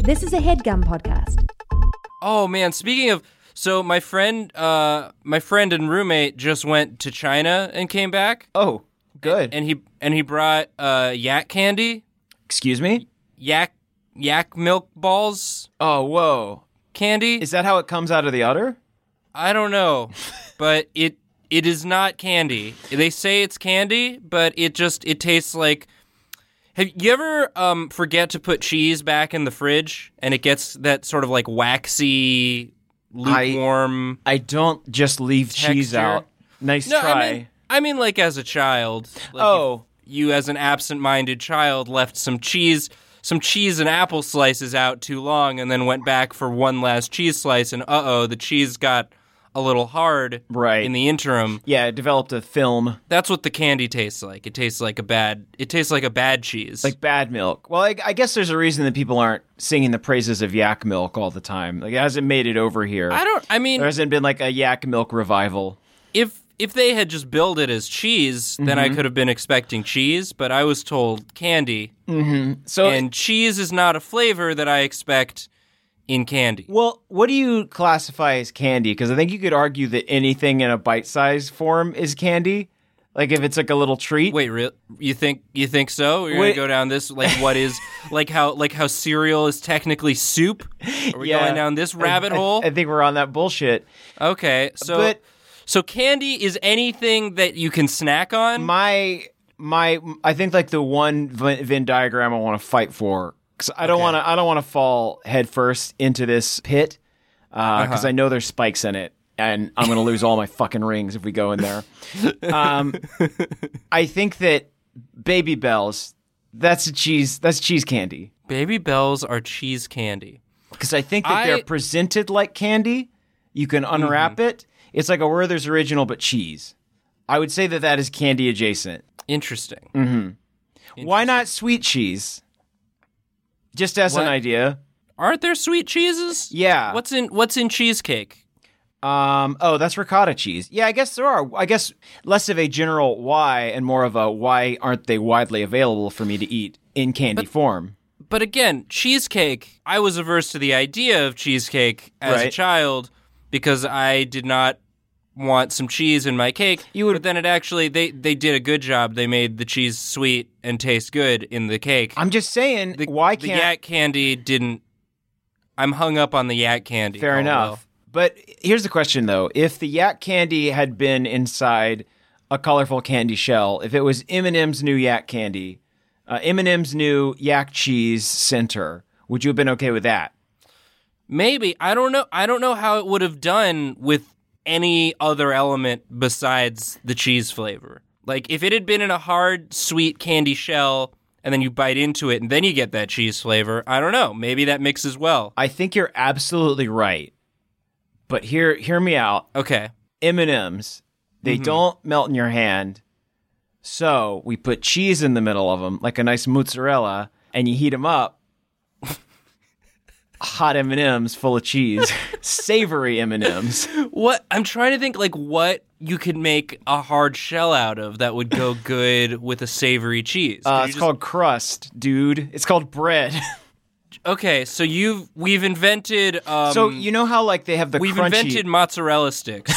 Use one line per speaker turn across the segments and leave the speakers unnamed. This is a headgum podcast.
Oh man, speaking of so my friend uh my friend and roommate just went to China and came back
Oh, good.
and he and he brought uh yak candy,
Excuse me?
yak yak milk balls
Oh, whoa.
candy.
Is that how it comes out of the udder?
I don't know, but it it is not candy. They say it's candy, but it just it tastes like have you ever um, forget to put cheese back in the fridge and it gets that sort of like waxy,
I-
lukewarm?
I don't just leave cheese
Texture.
out. Nice
No,
try.
I mean, I mean, like as a child. Like
oh,
if you as an absent-minded child left some cheese, some cheese and apple slices out too long, and then went back for one last cheese slice, and uh-oh, the cheese got a little hard.
Right.
In the interim,
yeah, it developed a film
that's what the candy tastes like. It tastes like a bad. It tastes like a bad cheese.
like bad milk. Well, I, I guess there's a reason that people aren't singing the praises of yak milk all the time. Like, it hasn't made it over here.
I don't. I
there
mean,
hasn't been like a yak milk revival.
if if they had just billed it as cheese, then
Mm-hmm.
I could have been expecting cheese, but I was told candy.
So,
and cheese is not a flavor that I expect in candy.
well, what do you classify as candy? Because I think you could argue that anything in a bite-sized form is candy. Like if it's like a little treat.
Wait, real? You think you think so? You're
Wait.
gonna go down this like what is like how like how cereal is technically soup? Are we
Yeah.
going down this rabbit
I-
hole?
I think we're on that bullshit.
okay, so
but-
so candy is anything that you can snack on.
my my I think like the one Venn Venn diagram I want to fight for because I don't want to I don't want to fall headfirst into this pit because I know there's spikes in it and I'm gonna lose all my fucking rings if we go in there. Um, I think that baby bells that's a cheese that's cheese candy
Baby bells are cheese candy.
because I think that
I-
they're presented like candy. You can unwrap it. It's like a Werther's original but cheese. I would say that that is candy adjacent.
Interesting.
Mm. Why not sweet cheese? Just as an
What?
idea.
Aren't there sweet cheeses?
Yeah.
What's in What's in cheesecake?
Um, oh, that's ricotta cheese. Yeah, I guess there are. I guess less of a general why and more of a why aren't they widely available for me to eat in candy form?
But again, cheesecake, I was averse to the idea of cheesecake as a
Right.
child because I did not want some cheese in my cake.
You would-
but then it actually they they did a good job. They made the cheese sweet and taste good in the cake.
I'm just saying,
the,
why
the
can't
yak candy didn't I'm hung up on the yak candy. Oh,
Fair
Caldwell.
enough. But here's the question though: If the yak candy had been inside a colorful candy shell, if it was Eminem's new yak candy, uh, Eminem's new yak cheese center, would you have been okay with that?
Maybe. I don't know I don't know how it would have done with any other element besides the cheese flavor. Like if it had been in a hard sweet candy shell and then you bite into it and then you get that cheese flavor, I don't know. Maybe that mixes well.
I think you're absolutely right. But hear hear me out.
Okay.
M&Ms, they
Mm-hmm.
don't melt in your hand. So, we put cheese in the middle of them like a nice mozzarella and you heat them up. Hot M&Ms full of cheese, savory M&Ms.
What I'm trying to think like what you could make a hard shell out of that would go good with a savory cheese. Could
Uh,
you
it's
just-
called crust, dude. It's called bread.
Okay, so you've we've invented um
so, you know how like they have the
we've
crunchy
invented mozzarella sticks.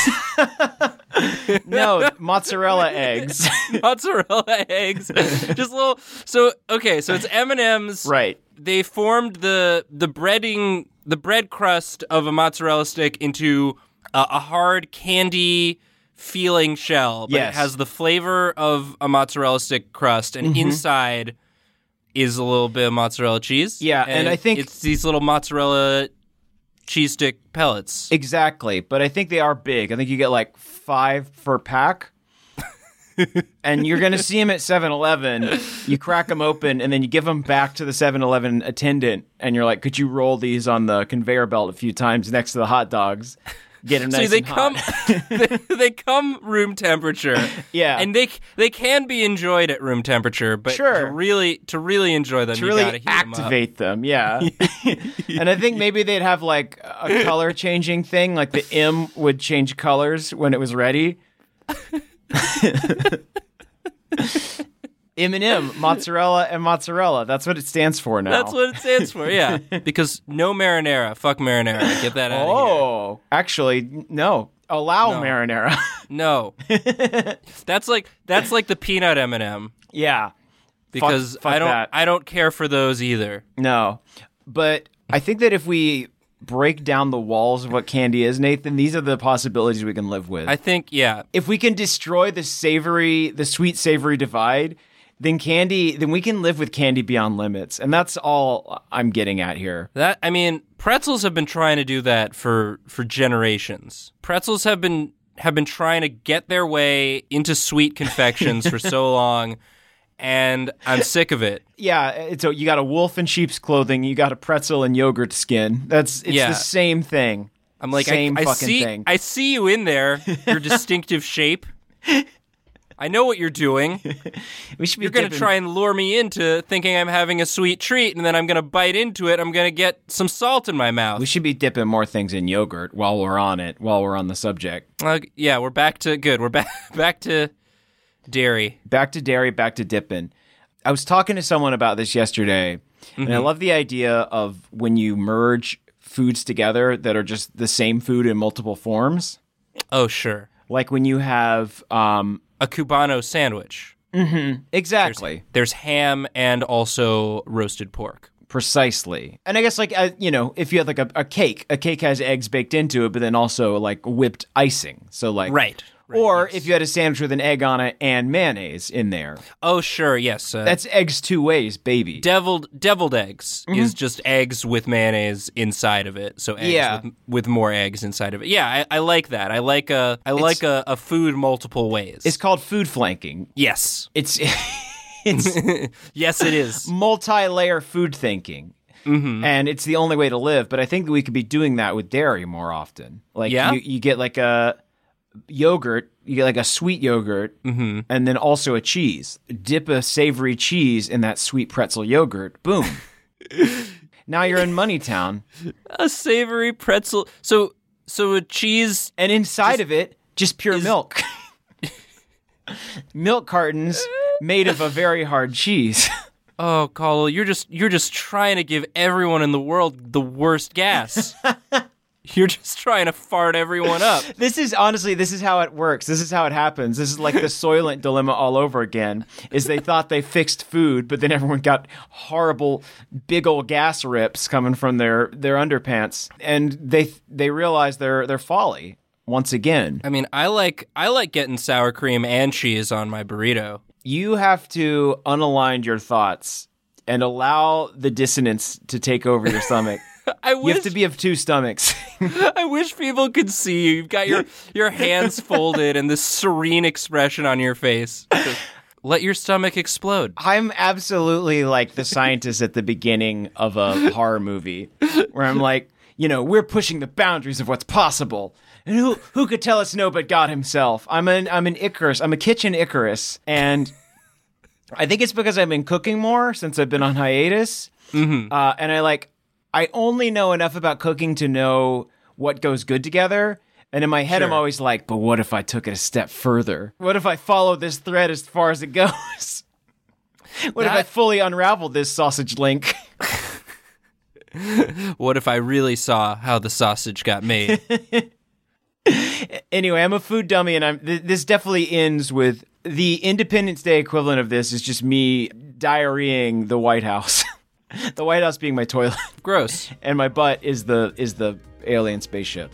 No, mozzarella eggs.
mozzarella eggs. Just little. So okay, so it's M and M's.
right.
They formed the the breading the bread crust of a mozzarella stick into a, a hard candy feeling shell. But
Yes.
it has the flavor of a mozzarella stick crust, and
Mm-hmm.
inside is a little bit of mozzarella cheese.
Yeah, and I think-
it's these little mozzarella cheese stick pellets.
Exactly, but I think they are big. I think you get like five per pack. and you're going to see them at 7 Eleven. You crack them open and then you give them back to the 7 Eleven attendant. And you're like, could you roll these on the conveyor belt a few times next to the hot dogs? Get them
So
nice
they
and
come,
hot.
they, they come room temperature.
Yeah.
and they c- they can be enjoyed at room temperature, but to
Sure.
really to really enjoy them,
to
you gotta
really
heat 'em up.
activate them. Yeah. and I think maybe they'd have like a color changing thing, like the M would change colors when it was ready. M&M, mozzarella, and mozzarella. That's what it stands for now.
That's what it stands for, yeah. Because no marinara. Fuck marinara. Get that out of here.
Oh, actually, no. Allow
No.
marinara.
No. that's like that's like the peanut M&M
yeah.
because
fuck
I don't
that.
I don't care for those either.
No. But I think that if we break down the walls of what candy is, Nathan, these are the possibilities we can live with.
I think yeah.
if we can destroy the savory, the sweet savory divide, then candy, then we can live with candy beyond limits. And that's all I'm getting at here.
That I mean, pretzels have been trying to do that for for generations. Pretzels have been have been trying to get their way into sweet confections for so long and I'm sick of it.
Yeah, it's a, you got a wolf in sheep's clothing, you got a pretzel and yogurt skin. That's it's
Yeah.
the same thing.
I'm like, I-
same
I,
fucking
see,
thing.
I see you in there, your distinctive shape. I know what you're doing.
we should be
You're going to
dipping-
try and lure me into thinking I'm having a sweet treat, and then I'm going to bite into it. I'm going to get some salt in my mouth.
We should be dipping more things in yogurt while we're on it, while we're on the subject.
Uh, yeah, we're back to good. We're back back to dairy.
Back to dairy, back to dipping. I was talking to someone about this yesterday, and I
Mm-hmm.
love the idea of when you merge foods together that are just the same food in multiple forms.
Oh, sure.
like when you have um
a cubano sandwich.
exactly
There's ham and also roasted pork.
precisely and i guess like uh, you know if you have like a, a cake a cake has eggs baked into it but then also like whipped icing so like
Right. Right,
or if you had a sandwich with an egg on it and mayonnaise in there
Oh, sure, yes. Uh,
that's eggs two ways baby
deviled deviled eggs is just eggs with mayonnaise inside of it. So eggs
Yeah.
with, with more eggs inside of it. Yeah, I, I like that. I like a I like a, a food multiple ways.
it's called food flanking
yes,
it's it's
yes, it is.
multi-layer food thinking and it's the only way to live but i think we could be doing that with dairy more often like
Yeah?
you, you get like a yogurt you get like a sweet yogurt and then also a cheese dip a savory cheese in that sweet pretzel yogurt boom now you're in moneytown
a savory pretzel. So so a cheese.
and inside of it just pure milk milk cartons made of a very hard cheese
Oh, Call, you're just you're just trying to give everyone in the world the worst gas. you're just trying to fart everyone up.
This is honestly, this is how it works. This is how it happens. This is like the Soylent dilemma all over again. Is they thought they fixed food, but then everyone got horrible, big old gas rips coming from their their underpants, and they they realized their their folly once again.
I mean, I like I like getting sour cream and cheese on my burrito.
You have to unalign your thoughts and allow the dissonance to take over your stomach.
I
You
wish
have to be of two stomachs.
I wish people could see you. You've got your your hands folded and this serene expression on your face. Just Let your stomach explode.
I'm absolutely like the scientist at the beginning of a horror movie where I'm like, you know, we're pushing the boundaries of what's possible. And who who could tell us no but God himself? I'm an I'm an Icarus. I'm a kitchen Icarus and I think it's because I've been cooking more since I've been on hiatus. Uh, and I like I only know enough about cooking to know what goes good together. And in my head, I'm always like, but what if I took it a step further? What if I follow this thread as far as it goes? What if I
That-
fully unraveled this sausage link?
What if I really saw how the sausage got made?
anyway, I'm a food dummy, and I'm th- this definitely ends with the Independence Day equivalent of this is just me diarrheaing the White House. the White House being my toilet,
Gross.
and my butt is the is the alien spaceship.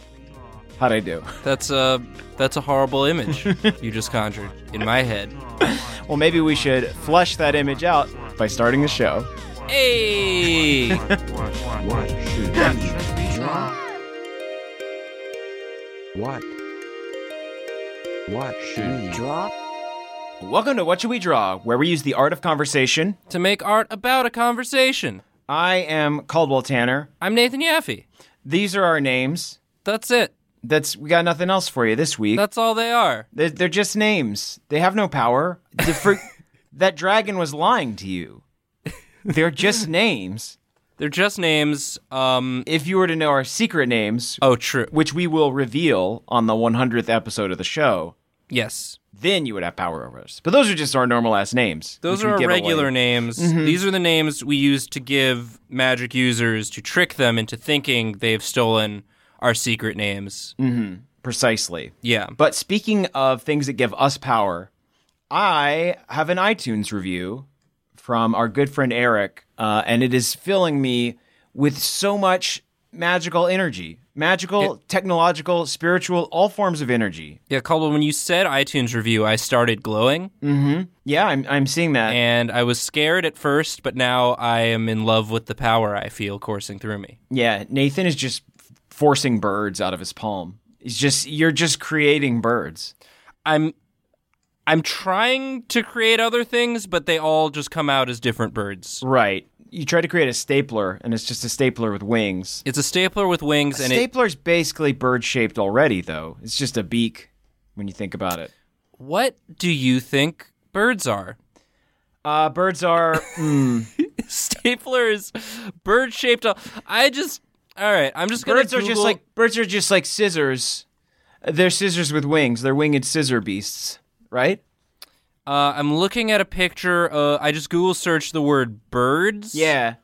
How'd I do?
That's a that's a horrible image you just conjured in my head.
Well, maybe we should flush that image out by starting the show.
Hey.
What should be strong? What? What should we drop?
Welcome to What Should We Draw, where we use the art of conversation.
to make art about a conversation.
I am Caldwell Tanner.
I'm Nathan Yaffe.
These are our names.
That's it.
That's we got nothing else for you this week.
That's all they are.
They're, they're just names. They have no power. The fr- that dragon was lying to you. They're just names.
They're just names. Um.
If you were to know our secret names,
Oh, true.
which we will reveal on the 100th episode of the show,
Yes.
Then you would have power over us. But those are just our normal ass names.
Those
which we
are our
give away.
regular names. These are the names we use to give magic users to trick them into thinking they've stolen our secret names.
Precisely.
Yeah.
But speaking of things that give us power, I have an iTunes review from our good friend Eric, uh, and it is filling me with so much magical energy magical, technological, spiritual, all forms of energy.
Yeah, Caldwell, when you said iTunes review, I started glowing
Yeah, I'm, I'm seeing that.
and I was scared at first, but now I am in love with the power I feel coursing through me.
yeah, Nathan is just forcing birds out of his palm. He's just, you're just creating birds.
I'm I'm trying to create other things, but they all just come out as different birds.
Right. You try to create a stapler, and it's just a stapler with wings.
It's a stapler with wings and it
Stapler's basically bird shaped already, though. It's just a beak when you think about it.
what do you think birds are?
Uh, birds are.
Staplers, bird shaped. I just all right. I'm just gonna.
birds are just
Google-
like birds are just like scissors. They're scissors with wings. They're winged scissor beasts, right?
Uh, I'm looking at a picture. Uh, I just Google searched the word birds.
Yeah.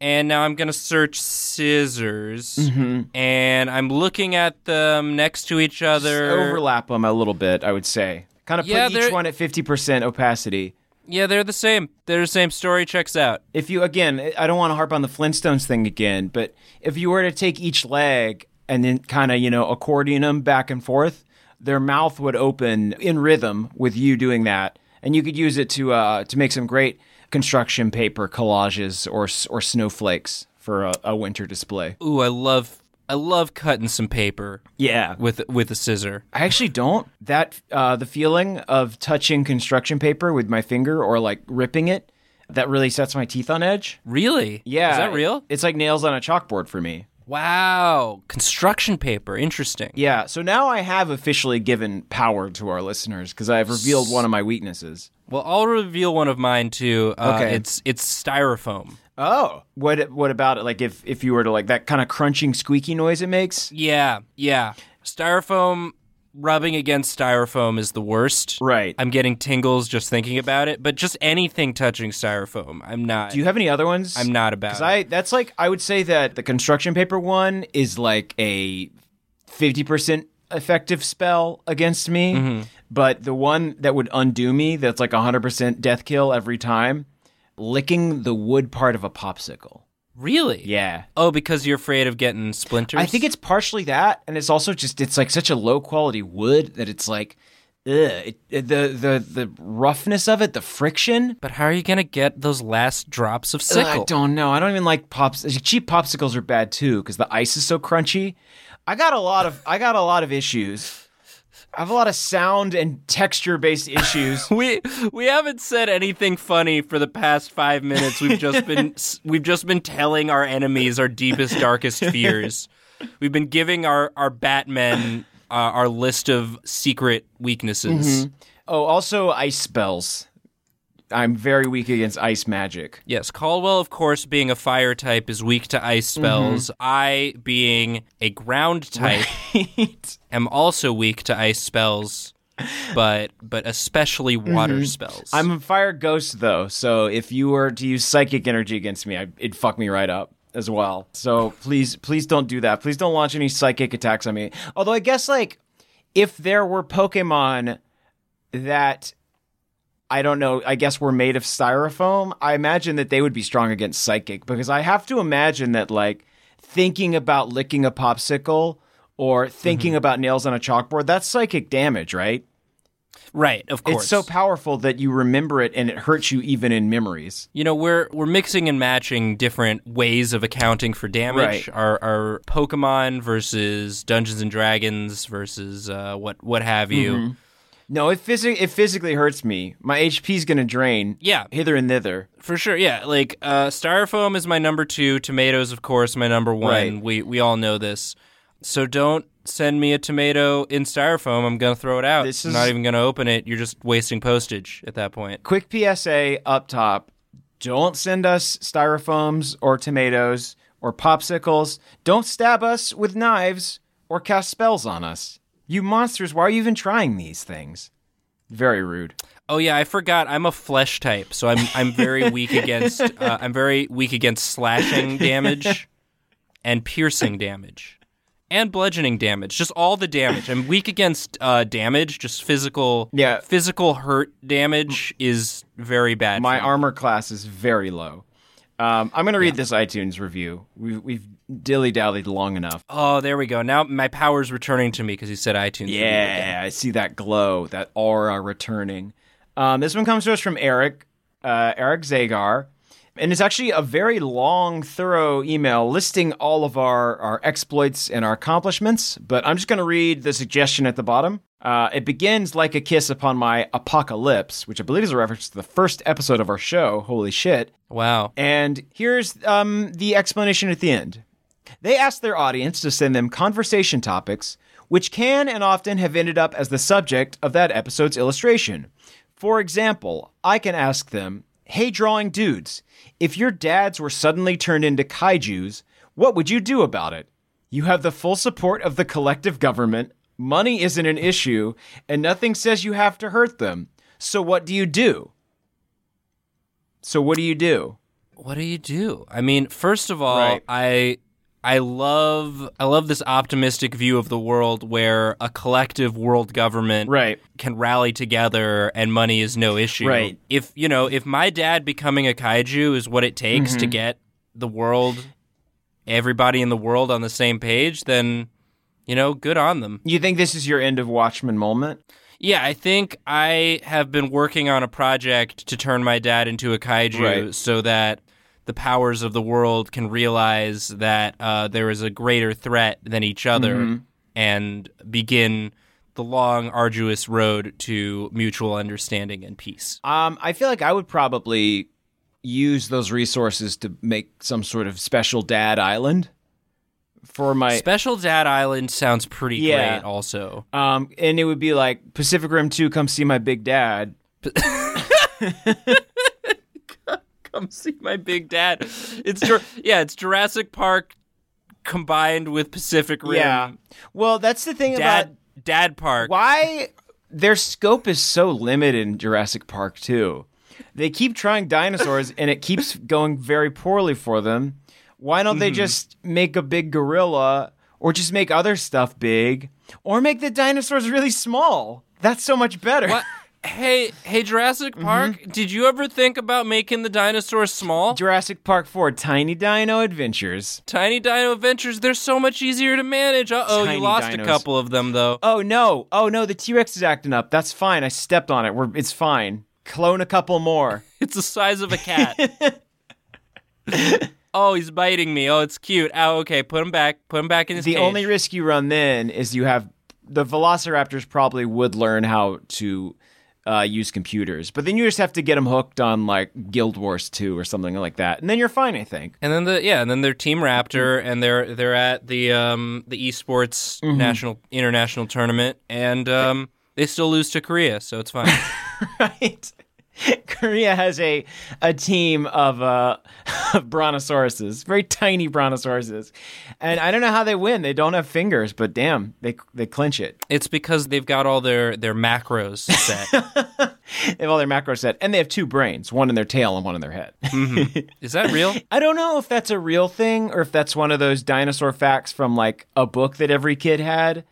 And now I'm gonna search scissors,
Mm-hmm.
and I'm looking at them next to each other.
Overlap them a little bit, I would say. Kind of
Yeah,
put
they're-
each one at fifty percent opacity.
yeah, they're the same. They're the same. Story checks out.
If you again, I don't want to harp on the Flintstones thing again, but if you were to take each leg and then kind of you know accordion them back and forth, their mouth would open in rhythm with you doing that, and you could use it to uh, to make some great construction paper collages or s- or snowflakes for a, a winter display.
Ooh, I love I love cutting some paper
Yeah,
with with a scissor.
I actually don't. That uh, the feeling of touching construction paper with my finger or like ripping it, that really sets my teeth on edge.
Really?
Yeah,
Is that real?
It's like nails on a chalkboard for me.
Wow. Construction paper. Interesting.
Yeah, so now I have officially given power to our listeners because I've revealed one of my weaknesses.
Well, I'll reveal one of mine too. Uh,
Okay.
It's it's styrofoam.
Oh, what what about it? Like if if you were to like that kind of crunching, squeaky noise it makes,
Yeah, yeah. Styrofoam rubbing against styrofoam is the worst.
right?
I'm getting tingles just thinking about it. But just anything touching styrofoam, I'm not.
Do you have any other ones?
I'm not about.
Because
It.
I that's like I would say that the construction paper one is like a fifty percent effective spell against me,
Mm-hmm.
but the one that would undo me that's like hundred percent death kill every time, licking the wood part of a popsicle.
really?
Yeah,
Oh, because you're afraid of getting splinters.
I think it's partially that, and it's also just it's like such a low quality wood that it's like, ugh, it, it- the the the roughness of it, the friction.
But how are you gonna get those last drops of
Ugh,
sickle?
I don't know. I don't even like pops. uh, Cheap popsicles are bad too because the ice is so crunchy. I got a lot of I got a lot of issues. I have a lot of sound and texture based issues.
We we haven't said anything funny for the past five minutes. We've just been we've just been telling our enemies our deepest, darkest fears. We've been giving our our Batmen uh, our list of secret weaknesses.
oh, also ice spells. I'm very weak against ice magic.
Yes, Caldwell, of course, being a fire type, is weak to ice
Mm-hmm.
spells. I, being a ground type, am also weak to ice spells, but but especially water spells.
Mm-hmm. I'm a fire ghost though, so if you were to use psychic energy against me, I, it'd fuck me right up as well. So please, please don't do that. Please don't launch any psychic attacks on me. Although I guess like if there were Pokemon that I don't know, I guess were made of styrofoam, I imagine that they would be strong against psychic because I have to imagine that like thinking about licking a popsicle or thinking about nails on a chalkboard, that's psychic damage, right?
right, of course.
It's so powerful that you remember it and it hurts you even in memories.
You know, we're we're mixing and matching different ways of accounting for damage.
Right.
Our our Pokemon versus Dungeons and Dragons versus uh, what what have you.
Mm-hmm. No, it, physi- it physically hurts me. My HP's going to drain
Yeah.
hither and thither.
For sure, yeah. Like uh, styrofoam is my number two. Tomatoes, of course, my number one.
Right.
We we all know this. So don't send me a tomato in styrofoam. I'm gonna throw it out.
This
I'm
is-
not even gonna open it. You're just wasting postage at that point.
Quick PSA up top don't send us styrofoams or tomatoes or popsicles. Don't stab us with knives or cast spells on us. You monsters, why are you even trying these things? Very rude.
Oh yeah, I forgot. I'm a flesh type, so I'm I'm very weak against uh, I'm very weak against slashing damage and piercing damage and bludgeoning damage. Just all the damage. I'm weak against uh, damage. Just physical.
Yeah.
Physical hurt damage is very bad.
My
for me.
armor class is very low. Um, I'm going to read this iTunes review. We've, we've dilly dallied long enough.
Oh, there we go. Now my power's returning to me because you said iTunes. review again.
Yeah, I see that glow, that aura returning. Um, this one comes to us from Eric, uh, Eric Zagar. And it's actually a very long, thorough email listing all of our, our exploits and our accomplishments. But I'm just going to read the suggestion at the bottom. Uh, it begins like a kiss upon my apocalypse, which I believe is a reference to the first episode of our show. Holy shit.
Wow.
And here's um, the explanation at the end. They asked their audience to send them conversation topics, which can and often have ended up as the subject of that episode's illustration. For example, I can ask them, Hey, drawing dudes, if your dads were suddenly turned into kaijus, what would you do about it? You have the full support of the collective government, money isn't an issue, and nothing says you have to hurt them. So, what do you do? So, what do you do?
what do you do? I mean, first of all,
Right.
I I love I love this optimistic view of the world where a collective world government
Right.
can rally together and money is no issue.
Right.
If you know, if my dad becoming a kaiju is what it takes
Mm-hmm.
to get the world everybody in the world on the same page, then you know, good on them.
You think this is your end of Watchmen moment?
Yeah, I think I have been working on a project to turn my dad into a kaiju
Right.
so that the powers of the world can realize that uh, there is a greater threat than each other and begin the long, arduous road to mutual understanding and peace.
Um, I feel like I would probably use those resources to make some sort of special dad island for my
Special Dad Island sounds pretty
Yeah.
great, also.
um, and it would be like Pacific Rim Two. Come see my big dad.
Come see my big dad. It's Jur- yeah, it's Jurassic Park combined with Pacific Rim.
Well, that's the thing about
Dad, Dad Park.
why their scope is so limited in Jurassic Park 2. They keep trying dinosaurs and it keeps going very poorly for them. Why don't they just make a big gorilla or just make other stuff big or make the dinosaurs really small? That's so much better.
What? Hey, hey, Jurassic
Mm-hmm.
Park. Did you ever think about making the dinosaurs small?
Jurassic Park 4 Tiny Dino Adventures.
Tiny Dino Adventures. They're so much easier to manage. Uh oh,
Tiny
you lost
dinos.
a couple of them though.
Oh no. Oh no, the T-Rex is acting up. That's fine. I stepped on it. We're it's fine. Clone a couple more.
It's the size of a cat. oh, he's biting me. Oh, it's cute. Oh, okay. Put him back. Put him back in his
the
cage.
only risk you run then is you have the velociraptors probably would learn how to uh, use computers but then you just have to get them hooked on like guild wars 2 or something like that and then you're fine i think
and then the yeah, and then they're Team Raptor,
Mm-hmm.
and they're they're at the um the esports national international tournament, and um they still lose to Korea, so it's fine.
right korea has a a team of uh of brontosauruses very tiny brontosauruses and i don't know how they win they don't have fingers but damn they they clinch it
it's because they've got all their their macros set.
they have all their macro set and they have two brains one in their tail and one in their head
Is that real?
I don't know if that's a real thing or if that's one of those dinosaur facts from like a book that every kid had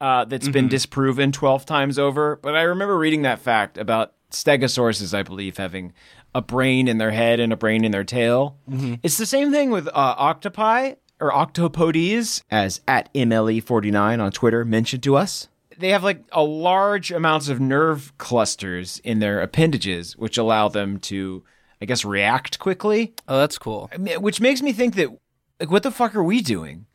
uh, that's been disproven 12 times over. But I remember reading that fact about stegosauruses, I believe, having a brain in their head and a brain in their tail. It's the same thing with uh, octopi or octopodes, as at MLE49 on Twitter mentioned to us. They have like a large amounts of nerve clusters in their appendages, which allow them to, I guess, react quickly
Oh, that's cool.
which makes me think that like what the fuck are we doing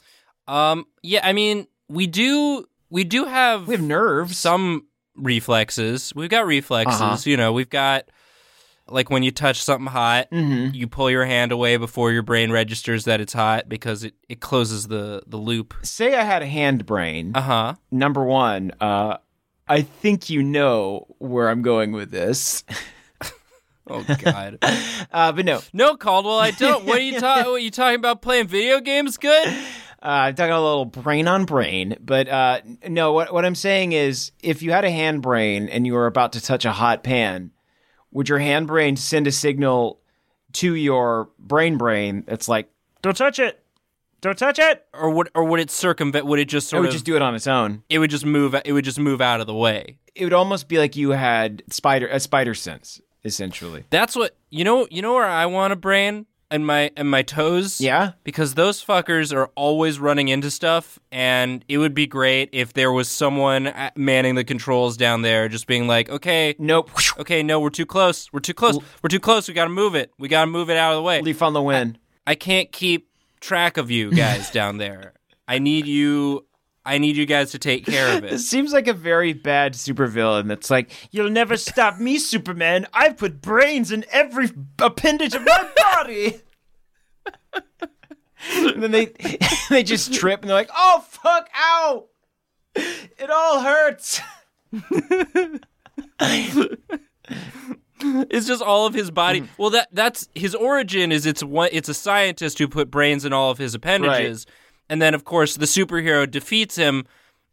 Um, yeah, I mean, we do we do have,
we have nerves
some reflexes. We've got reflexes.
Uh-huh.
You know, we've got like when you touch something hot,
Mm-hmm.
you pull your hand away before your brain registers that it's hot because it it closes the the loop.
say i had a hand brain
Uh huh.
number one uh i think you know where i'm going with this
Oh God.
uh but no
no, Caldwell, I don't. What are you talking? What are you talking about? Playing video games? Good.
Uh, I'm talking a little brain on brain, but uh, no. What what I'm saying is, if you had a hand brain and you were about to touch a hot pan, would your hand brain send a signal to your brain brain that's like, "Don't touch it, don't touch it,"
or would or would it circumvent? Would it just
it
sort
would
of?
just do it on its own?
it would just move. It would just move out of the way.
It would almost be like you had spider a spider sense, essentially.
That's what you know. You know where I want a brain and my and my toes.
Yeah.
because those fuckers are always running into stuff, and it would be great if there was someone at- manning the controls down there, just being like, okay,
Nope.
okay, no, we're too close, we're too close, we're too close. We got to move it. We got to move it out of the way.
Leaf on the wind.
I can't keep track of you guys down there. I need you. I need you guys to take care of it.
It seems like a very bad supervillain that's like, You'll never stop me, Superman. I've put brains in every appendage of my body. and then they they just trip and they're like, Oh fuck, ow! It all hurts.
It's just all of his body.
Mm-hmm.
Well, that that's his origin. Is it's one? It's a scientist who put brains in all of his appendages, and then of course the superhero defeats him,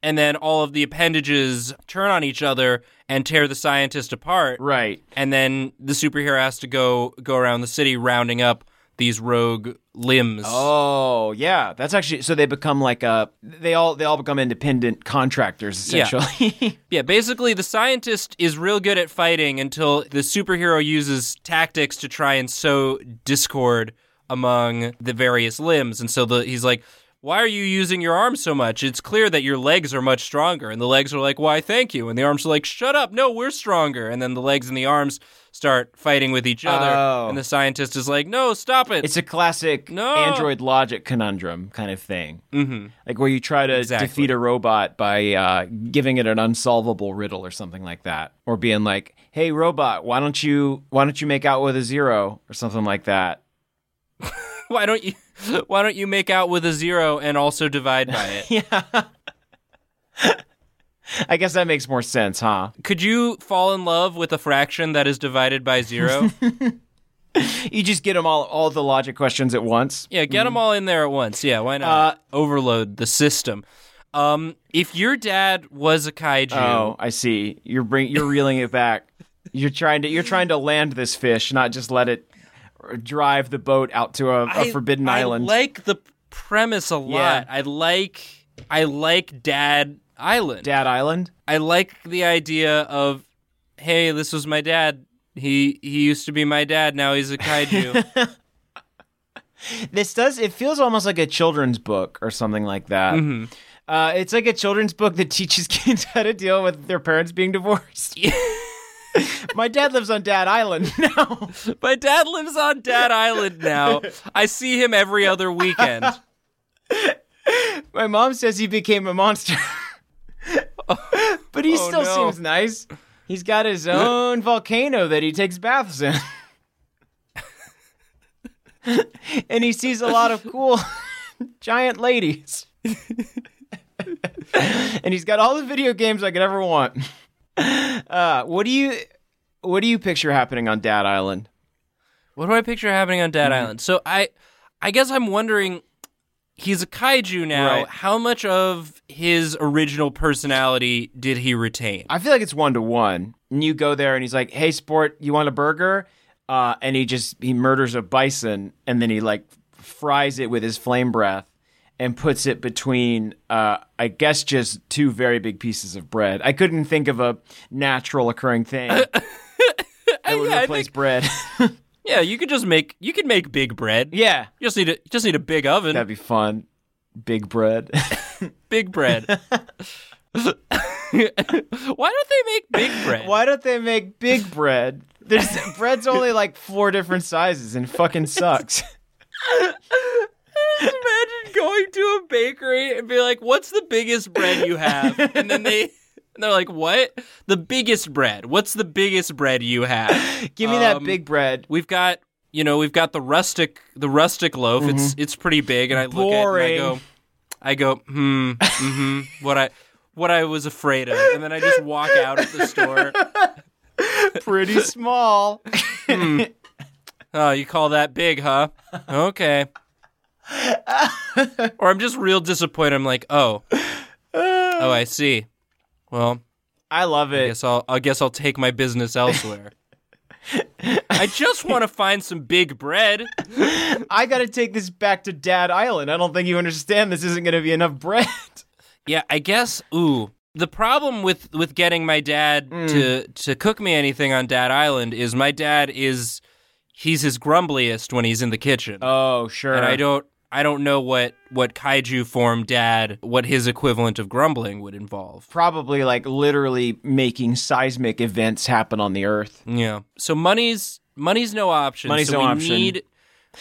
and then all of the appendages turn on each other and tear the scientist apart.
Right.
And then the superhero has to go go around the city rounding up these rogue limbs.
Oh yeah. That's actually so they become like a they all they all become independent contractors
Yeah.
essentially.
Yeah, basically the scientist is real good at fighting until the superhero uses tactics to try and sow discord among the various limbs. And so the he's like, "Why are you using your arms so much? It's clear that your legs are much stronger." And the legs are like, "Why, thank you." And the arms are like, "Shut up. No, we're stronger." And then the legs and the arms start fighting with each other.
Oh.
And the scientist is like, "No, stop it."
It's a classic
No.
Android logic conundrum kind of thing. Mm-hmm. Like where you try to
Exactly.
defeat a robot by uh, giving it an unsolvable riddle or something like that, or being like, "Hey, robot, why don't you why don't you make out with a zero or something like that?"
why don't you why don't you make out with a zero and also divide by it?
I guess that makes more sense, huh?
Could you fall in love with a fraction that is divided by zero?
You just get them all all the logic questions at once.
Yeah, get them all in there at once. Yeah, why not?
Uh,
Overload the system. Um, if your dad was a kaiju,
Oh, I see. You're bring you're reeling it back. You're trying to you're trying to land this fish, not just let it drive the boat out to a a
I-
forbidden island.
I like the premise a lot. I like I like Dad Island.
Dad Island.
I like the idea of hey, this was my dad. He he used to be my dad. Now he's a kaiju.
this does it feels almost like a children's book or something like that uh, it's like a children's book that teaches kids how to deal with their parents being divorced my dad lives on dad island now
my dad lives on Dad Island now. I see him every other weekend.
my mom says he became a monster but he
Oh,
still
no.
seems nice he's got his own volcano that he takes baths in and he sees a lot of cool giant ladies and he's got all the video games I could ever want. Uh, what do you what do you picture happening on Dad Island?
What do I picture happening on Dead Island? So I, I guess I'm wondering. He's a kaiju now.
Right.
How much of his original personality did he retain?
I feel like it's one to one. And you go there and he's like, "Hey, sport, you want a burger?" Uh, and he just he murders a bison and then he like fries it with his flame breath and puts it between uh, I guess just two very big pieces of bread. I couldn't think of a natural occurring thing that would
Yeah, I
replace
think-
bread.
yeah, you could just make you could make big bread.
yeah,
You just need a you just need a big oven.
that'd be fun. Big bread.
big bread. Why don't they make big bread?
Why don't they make big bread? There's bread's only like four different sizes and fucking sucks.
Just imagine going to a bakery and be like, "What's the biggest bread you have?" And then they and they're like, "What? The biggest bread? What's the biggest bread you have?"
Give me that
Um,
big bread.
We've got you know we've got the rustic the rustic loaf. It's it's pretty big, and I look at it and
Boring.
I go, I go, hmm, hmm, what I what I was afraid of, and then I just walk out of the store.
Pretty small.
Oh, you call that big, huh? Okay. or I'm just real disappointed. I'm like, oh, oh, I see. Well,
I love
I
it.
guess I'll I guess I'll take my business elsewhere. I just want to find some big bread.
I got to take this back to Dad Island. I don't think you understand. This isn't going to be enough bread.
Yeah, I guess. Ooh, the problem with with getting my dad
Hmm.
to to cook me anything on Dad Island is my dad is he's his grumbliest when he's in the kitchen,
Oh, sure.
and I don't I don't know what what kaiju form dad what his equivalent of grumbling would involve.
probably like literally making seismic events happen on the earth.
Yeah. So money's money's no option.
Money's
so
no
we
option.
Need,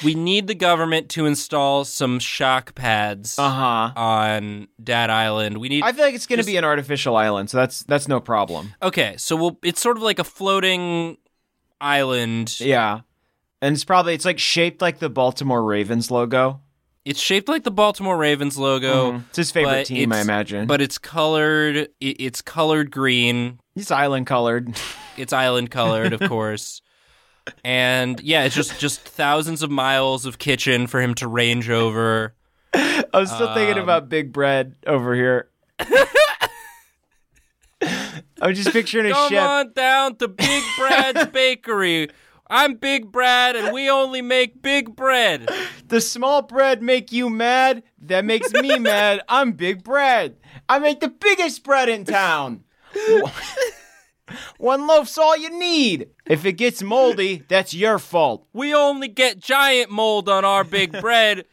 we need the government to install some shock pads
Uh-huh.
on Dad Island. We need.
I feel like it's going to
Just-
be an artificial island, so that's that's no problem.
okay, so we'll. It's sort of like a floating island.
Yeah. And it's probably it's like shaped like the Baltimore Ravens logo.
It's shaped like the Baltimore Ravens logo.
It's his favorite
but
team, I
it's-
imagine.
But it's colored. It, it's colored green.
he's island colored.
It's island colored, of course. And yeah, it's just just thousands of miles of kitchen for him to range over.
I was still
Um,
thinking about Big Bread over here. I'm just picturing a
Come
chef.
on down to Big Brad's Bakery. I'm Big Brad, and we only make big bread.
The small bread make you mad. That makes me mad. I'm Big Bread. I make the biggest bread in town. One loaf's all you need. If it gets moldy, that's your fault.
We only get giant mold on our big bread.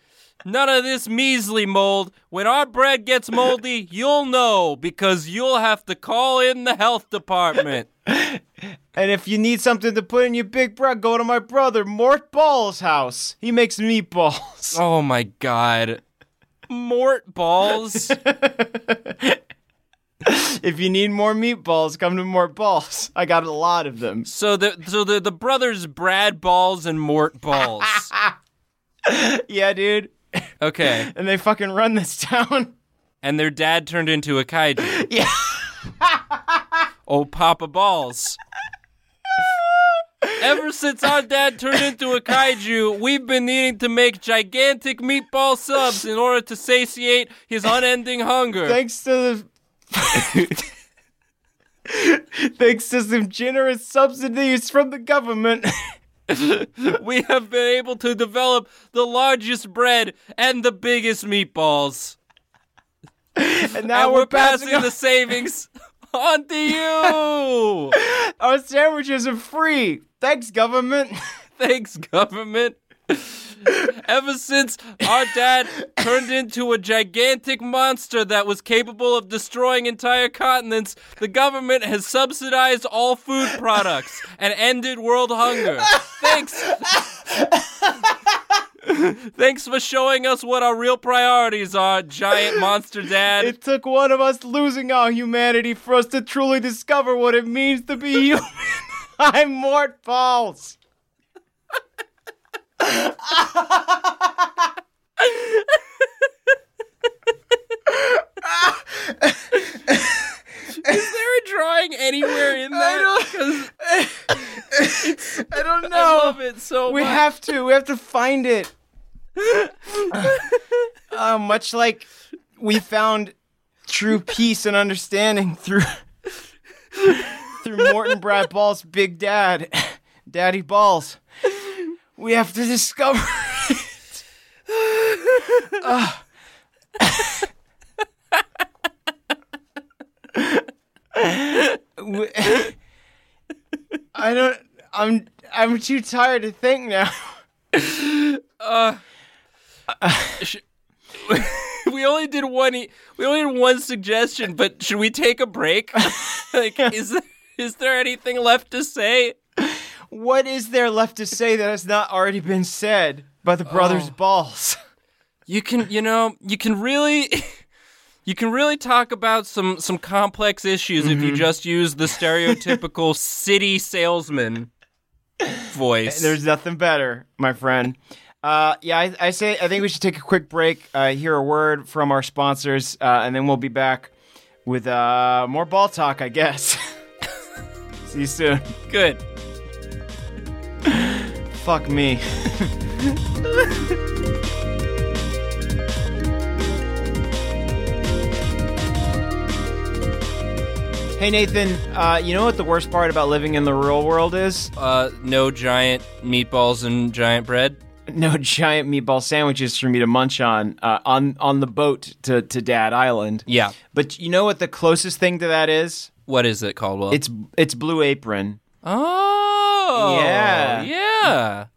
None of this measly mold. When our bread gets moldy, you'll know because you'll have to call in the health department.
And if you need something to put in your big bread, go to my brother Mort Ball's house. He makes meatballs.
Oh my god. Mort balls.
If you need more meatballs, come to Mort Ball's. I got a lot of them.
So the so the the brothers Brad balls and Mort balls.
Yeah, dude.
Okay.
And they fucking run this town.
and their dad turned into a kaiju.
Yeah.
oh, Papa Balls. Ever since our dad turned into a kaiju, we've been needing to make gigantic meatball subs in order to satiate his unending hunger.
Thanks to the. Thanks to some generous subsidies from the government.
we have been able to develop the largest bread and the biggest meatballs.
And now
and
we're,
we're passing
on-
the savings on to you.
Our sandwiches are free. Thanks, government.
Thanks, government. Ever since our dad turned into a gigantic monster that was capable of destroying entire continents, the government has subsidized all food products and ended world hunger. Thanks. Thanks for showing us what our real priorities are, giant monster dad.
It took one of us losing our humanity for us to truly discover what it means to be human. I'm Mort Falls.
Is there a drawing anywhere in
I
that?
don't-
'Cause
I don't know.
I love it so
We
much.
have to. We have to find it. uh, much like we found true peace and understanding through through Morton Brad Ball's big dad, Daddy Balls. We have to discover. it. Ah. We- I don't. I'm. I'm too tired to think now.
we only did one. e- We only did one suggestion, but should we take a break? like, is there, is there anything left to say?
What is there left to say that has not already been said by the brothers Balls?
You can, you know, you can really, you can really talk about some some complex issues if you just use the stereotypical city salesman voice.
There's nothing better, my friend. Uh, yeah, I, I say I think we should take a quick break, uh, hear a word from our sponsors, uh, and then we'll be back with uh, more ball talk, I guess. See you soon.
good.
Fuck me. Hey Nathan, uh, you know what the worst part about living in the real world is?
Uh, no giant meatballs and giant bread.
No giant meatball sandwiches for me to munch on uh, on on the boat to to Dad Island.
Yeah.
But you know what the closest thing to that is?
What is it, Caldwell?
It's it's Blue Apron.
oh
Yeah.
yeah. Mm.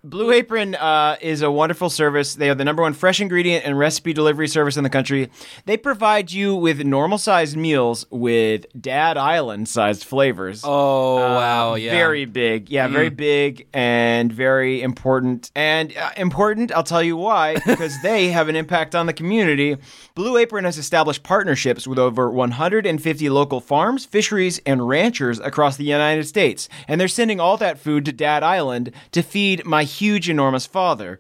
Blue Apron uh, is a wonderful service. They are the number one fresh ingredient and recipe delivery service in the country. They provide you with normal sized meals with Dad Island sized flavors.
Oh
Um,
wow, yeah. Mm.
Very big. Yeah, very big and very important. And uh, important, I'll tell you why, because they have an impact on the community. Blue Apron has established partnerships with over 150 local farms, fisheries, and ranchers across the United States. And they're sending all that food to Dad Island to feed my huge, enormous father.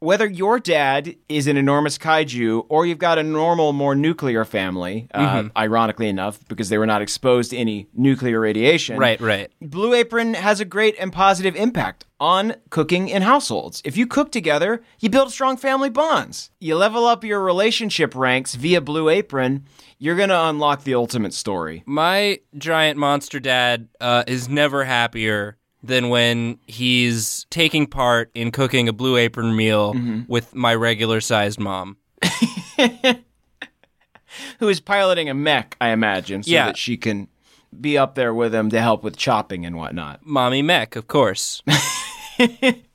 Whether your dad is an enormous kaiju or you've got a normal, more nuclear family,
Mm-hmm.
uh, ironically enough, because they were not exposed to any nuclear radiation.
Right, right.
Blue Apron has a great and positive impact on cooking in households. If you cook together, you build strong family bonds. You level up your relationship ranks via Blue Apron. You're going to unlock the ultimate story.
My giant monster dad uh, is never happier than when he's taking part in cooking a blue apron meal with my regular sized mom.
Who is piloting a mech, I imagine, so
Yeah.
that she can be up there with him to help with chopping and whatnot.
Mommy Mech, of course.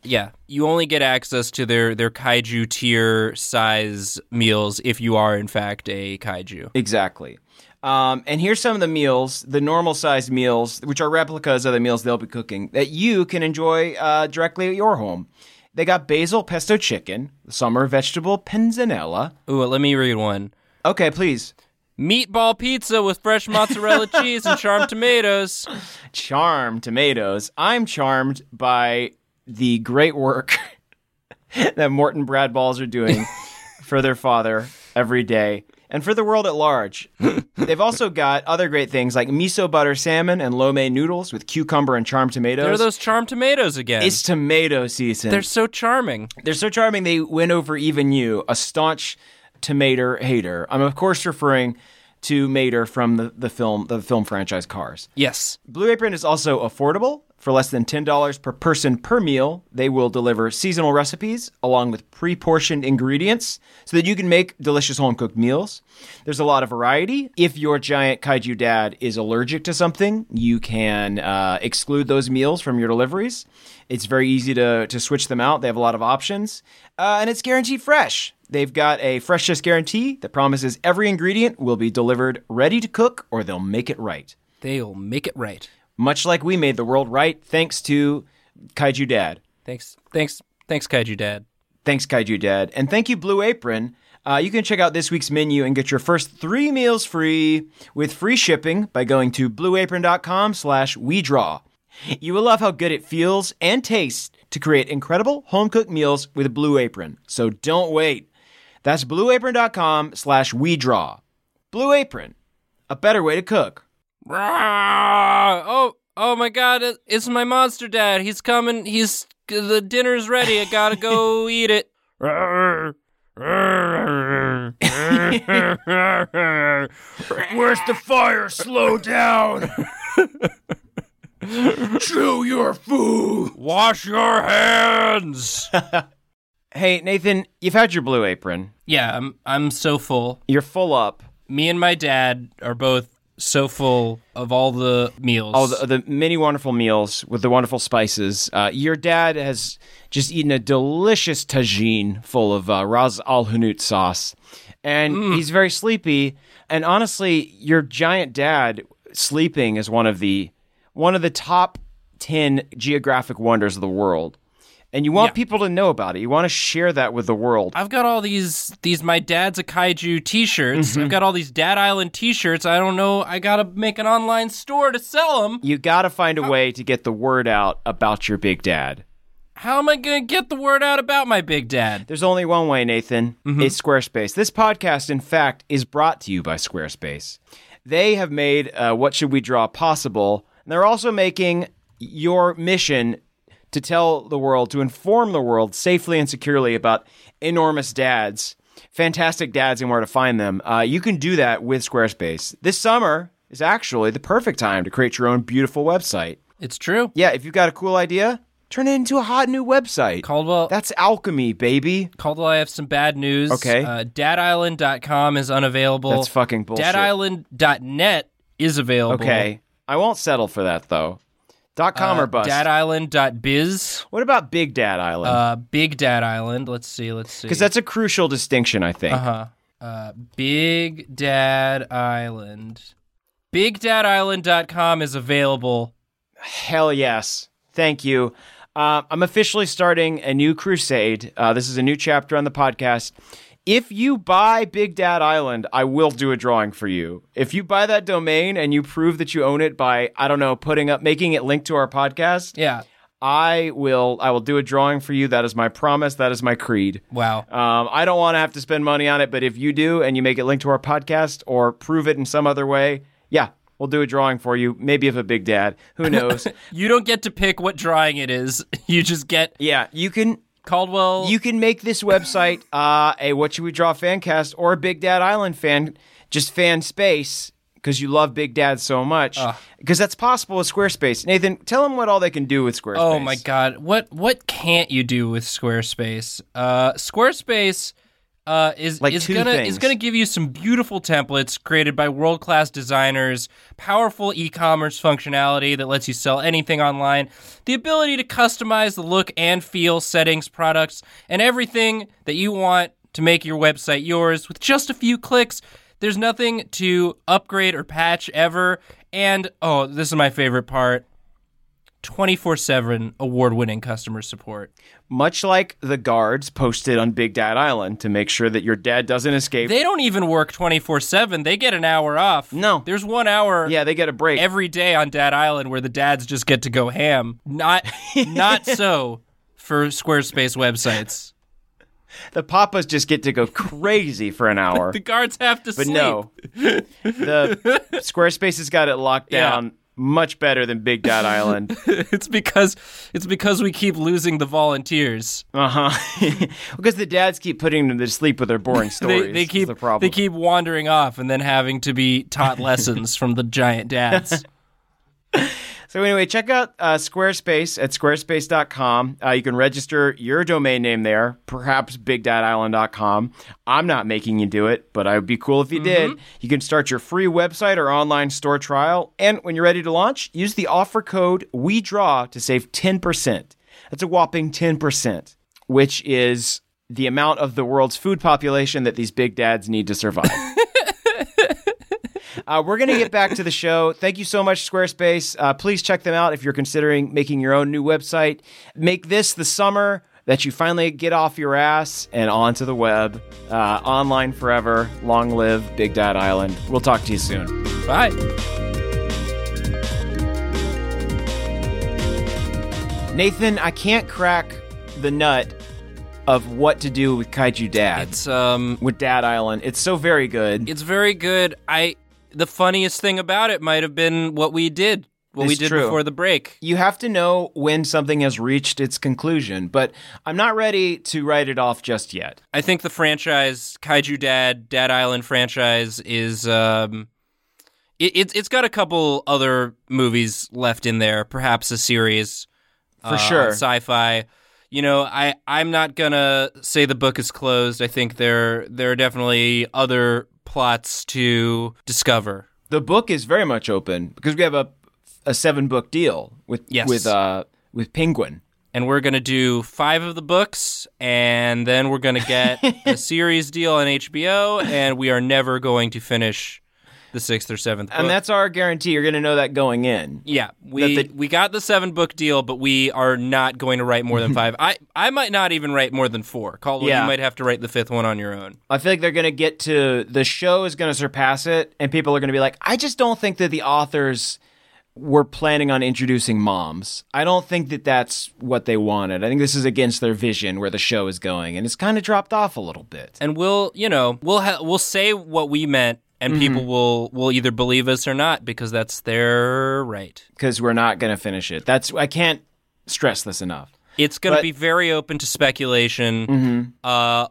yeah, you only get access to their their kaiju tier size meals if you are in fact a kaiju.
Exactly. Um, and here's some of the meals, the normal sized meals, which are replicas of the meals they'll be cooking that you can enjoy uh, directly at your home. They got basil pesto chicken, summer vegetable panzanella.
Ooh, let me read one.
Okay, please.
Meatball pizza with fresh mozzarella cheese and charmed tomatoes.
Charm tomatoes. I'm charmed by the great work that Morton Bradballs are doing for their father every day and for the world at large. They've also got other great things like miso butter salmon and lo mein noodles with cucumber and charmed tomatoes.
There are those charmed tomatoes again.
It's tomato season.
They're so charming.
They're so charming they win over even you, a staunch tomato hater. I'm of course referring to Mater from the, the film the film franchise Cars.
Yes.
Blue Apron is also affordable. For less than $10 per person per meal, they will deliver seasonal recipes along with pre portioned ingredients so that you can make delicious home cooked meals. There's a lot of variety. If your giant kaiju dad is allergic to something, you can uh, exclude those meals from your deliveries. It's very easy to, to switch them out, they have a lot of options, uh, and it's guaranteed fresh. They've got a freshness guarantee that promises every ingredient will be delivered ready to cook or they'll make it right
They'll make it right.
much like we made the world right thanks to Kaiju Dad.
Thanks. Thanks. Thanks, Kaiju Dad.
Thanks, Kaiju Dad. And thank you, Blue Apron. Uh, you can check out this week's menu and get your first three meals free with free shipping by going to blueapron.com slash we draw. You will love how good it feels and tastes to create incredible home-cooked meals with Blue Apron. So don't wait. That's blueapron.com slash we draw. Blue Apron, a better way to cook.
Rah! Oh, oh my God! it- It's my monster dad. He's coming. He's the dinner's ready. I gotta go eat it.
Where's the fire? Slow down. Chew your food.
Wash your hands.
Hey, Nathan, you've had your blue apron.
yeah, I'm. I'm so full.
You're full up.
Me and my dad are both so full of all the meals.
All the, the many wonderful meals with the wonderful spices. Uh, your dad has just eaten a delicious tagine full of uh, Ras Al Hanout sauce. And he's very sleepy. And honestly, your giant dad sleeping is one of the one of the top 10 geographic wonders of the world. And you want
Yeah.
people to know about it. You want to share that with the world.
I've got all these these my dad's a kaiju t-shirts.
Mm-hmm.
I've got all these Dad Island t-shirts. I don't know. I gotta make an online store to sell them.
You got to find a way to get the word out about your big dad.
How am I gonna get the word out about my big dad?
There's only one way, Nathan. It's Squarespace. This podcast, in fact, is brought to you by Squarespace. They have made uh, What Should We Draw possible, and they're also making your mission to tell the world, to inform the world safely and securely about enormous dads, fantastic dads, and where to find them. Uh, you can do that with Squarespace. This summer, is actually the perfect time to create your own beautiful website.
It's true.
Yeah, if you've got a cool idea, turn it into a hot new website.
Caldwell,
That's alchemy, baby.
Caldwell, I have some bad news.
Okay.
Uh, dadisland.com is unavailable.
That's fucking bullshit.
Dadisland.net is available.
Okay. I won't settle for that though. Dot com
Uh,
or bust.
Dadisland.biz.
what about Big Dad Island?
Uh, Big Dad Island. Let's see. Let's see.
Because that's a crucial distinction, I think.
Uh-huh. Uh, Big Dad Island. BigDadIsland.com is available.
Hell yes. Thank you. Uh, I'm officially starting a new crusade. Uh, this is a new chapter on the podcast. If you buy Big Dad Island, I will do a drawing for you. If you buy that domain and you prove that you own it by, I don't know, putting up, making it linked to our podcast,
Yeah.
I will, I will do a drawing for you. That is my promise. That is my creed.
Wow.
Um, I don't want to have to spend money on it, but if you do and you make it linked to our podcast or prove it in some other way, yeah, we'll do a drawing for you. Maybe of a big dad. Who knows?
You don't get to pick what drawing it is. You just get
yeah, you can
Caldwell.
you can make this website uh, a What Should We Draw fan cast or a Big Dad Island fan, just fan space because you love Big Dad so much. Because that's possible with Squarespace. Nathan, tell them what all they can do with Squarespace.
Oh my god. What what can't you do with Squarespace? Uh Squarespace uh, is
Like
is
two
gonna
things.
is gonna give you some beautiful templates created by world class designers, powerful e-commerce functionality that lets you sell anything online, the ability to customize the look and feel, settings, products, and everything that you want to make your website yours with just a few clicks. There's nothing to upgrade or patch ever. And oh, this is my favorite part. 24 7 award winning customer support.
Much like the guards posted on Big Dad Island to make sure that your dad doesn't escape.
They don't even work 24 7. They get an hour off.
No.
There's one hour
yeah, they get a break.
every day on Dad Island where the dads just get to go ham. Not, not so for Squarespace websites.
the papas just get to go crazy for an hour.
The guards have to
But
sleep.
no, the Squarespace has got it locked
Yeah.
down much better than Big Dad Island.
It's because it's because we keep losing the volunteers.
Uh huh. because the dads keep putting them to sleep with their boring stories.
They, they
is
keep
the problem.
they keep wandering off and then having to be taught lessons from the giant dads.
So anyway, check out uh, Squarespace at squarespace.com. Uh, you can register your domain name there, perhaps bigdadisland.com. I'm not making you do it, but I would be cool if you did. You can start your free website or online store trial, and when you're ready to launch, use the offer code WeDraw to save 10%. That's a whopping 10%, which is the amount of the world's food population that these big dads need to survive. Uh, we're going to get back to the show. Thank you so much, Squarespace. Uh, please check them out if you're considering making your own new website. Make this the summer that you finally get off your ass and onto the web. Uh, online forever. Long live Big Dad Island. We'll talk to you soon.
Bye.
Nathan, I can't crack the nut of what to do with Kaiju Dad.
It's um
with Dad Island. It's so very good.
It's very good. I the funniest thing about it might have been what we did, what we
It's
did
true.
before the break.
you have to know when something has reached its conclusion, but I'm not ready to write it off just yet.
I think the franchise Kaiju Dad Dad Island franchise is um it, it's it's got a couple other movies left in there, perhaps a series Uh,
For sure.
sci-fi. You know, I I'm not gonna say the book is closed. I think there there are definitely other plots to discover.
the book is very much open because we have a a seven book deal with
Yes.
with uh with Penguin.
and we're going to do five of the books, and then we're going to get a series deal on HBO, and we are never going to finish the sixth or seventh book.
And that's our guarantee. You're going to know that going in.
yeah, we
that the-
we got the seven book deal, but we are not going to write more than five. I I might not even write more than four. Caldwell,
Yeah.
you might have to write the fifth one on your own.
I feel like they're going to get to the show is going to surpass it, and people are going to be like, I just don't think that the authors were planning on introducing moms. I don't think that that's what they wanted. I think this is against their vision where the show is going, and it's kind of dropped off a little bit.
And we'll you know we'll ha- we'll say what we meant, and people
Mm-hmm.
will will either believe us or not because that's their right.
Because we're not going to finish it. That's I can't stress this enough.
It's going
But- Mm-hmm.
to be very open to speculation. Uh,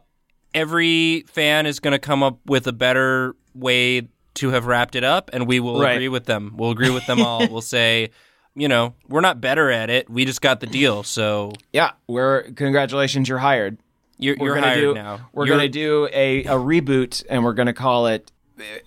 every fan is going to come up with a better way to have wrapped it up, and we will
Right.
agree with them. We'll agree with them all. we'll say, you know, we're not better at it. We just got the deal, so
Yeah, we're congratulations, you're hired.
you're,
We're
you're
gonna
hired
do,
now.
We're
You're-
gonna do a, a reboot, and we're gonna call it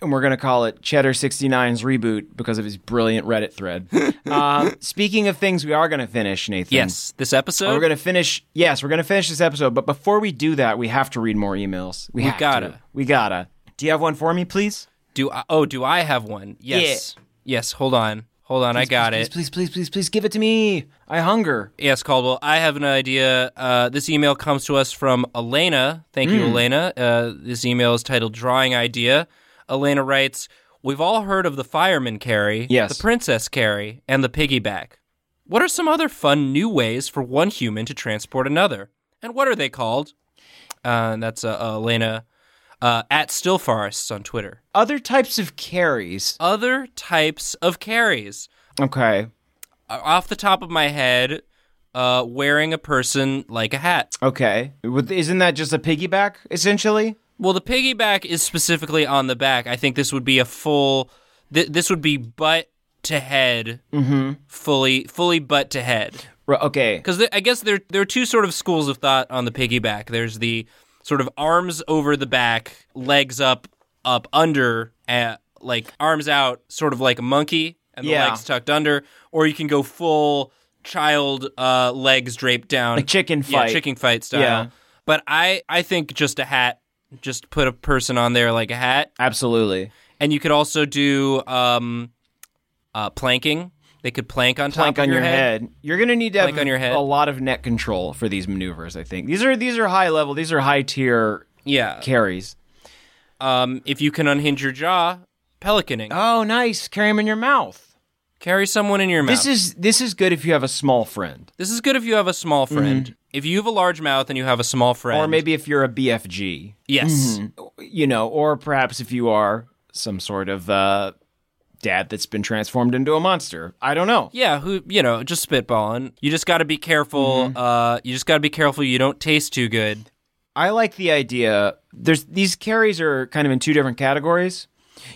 and we're gonna call it Cheddar 69's reboot because of his brilliant Reddit thread. um, speaking of things we are gonna finish, Nathan.
yes this episode.
We're gonna finish. Yes, we're gonna finish this episode. But before we do that, we have to read more emails. We, have
gotta.
To. We gotta. Do you have one for me, please?
do I, oh, do I have one? Yes, yes. Hold on, hold on. I got
please,
it.
Please, please, please, please give it to me. I hunger.
Yes, Caldwell. I have an idea. Uh, this email comes to us from Elena. Thank you, Elena. Uh, this email is titled "Drawing Idea." Elena writes, "We've all heard of the fireman carry,
Yes.
the princess carry, and the piggyback. What are some other fun new ways for one human to transport another? And what are they called?" Uh, and that's uh, Elena uh, at Stillforests on Twitter.
Other types of carries.
Other types of carries.
Okay.
Uh, Off the top of my head, uh, wearing a person like a hat.
Okay. With- Isn't that just a piggyback essentially?
Well, the piggyback is specifically on the back. I think this would be a full. Th- this would be butt to head, fully, fully butt to head.
R- okay.
Because I guess there there are two sort of schools of thought on the piggyback. There's the sort of arms over the back, legs up, up under, uh, like arms out, sort of like a monkey, and the
Yeah.
legs tucked under. Or you can go full child, uh, legs draped down,
Like chicken fight.
yeah, chicken fight style.
Yeah.
But I I think just a hat, just put a person on there like a hat,
Absolutely.
and you could also do um, uh, planking. They could plank on
Plank
top
on
of
your
your
head. You're gonna need to have
Plank on your head.
a lot of neck control for these maneuvers. I think these are these are high level. These are high tier
Yeah.
carries.
Um, if you can unhinge your jaw, pelicaning.
Oh, nice. Carry them in your mouth.
Carry someone in your mouth.
This is this is good if you have a small friend,
This is good if you have a small friend. If you have a large mouth and you have a small friend,
Mm-hmm. or maybe Mm-hmm. if you're a BFG,
yes,
you know, or perhaps if you are some sort of uh, dad that's been transformed into a monster. I don't know.
yeah, who you know, just spitballing. You just got to be careful.
Mm-hmm.
Uh, you just got to be careful. You don't taste too good.
I like the idea. There's these carries are kind of in two different categories.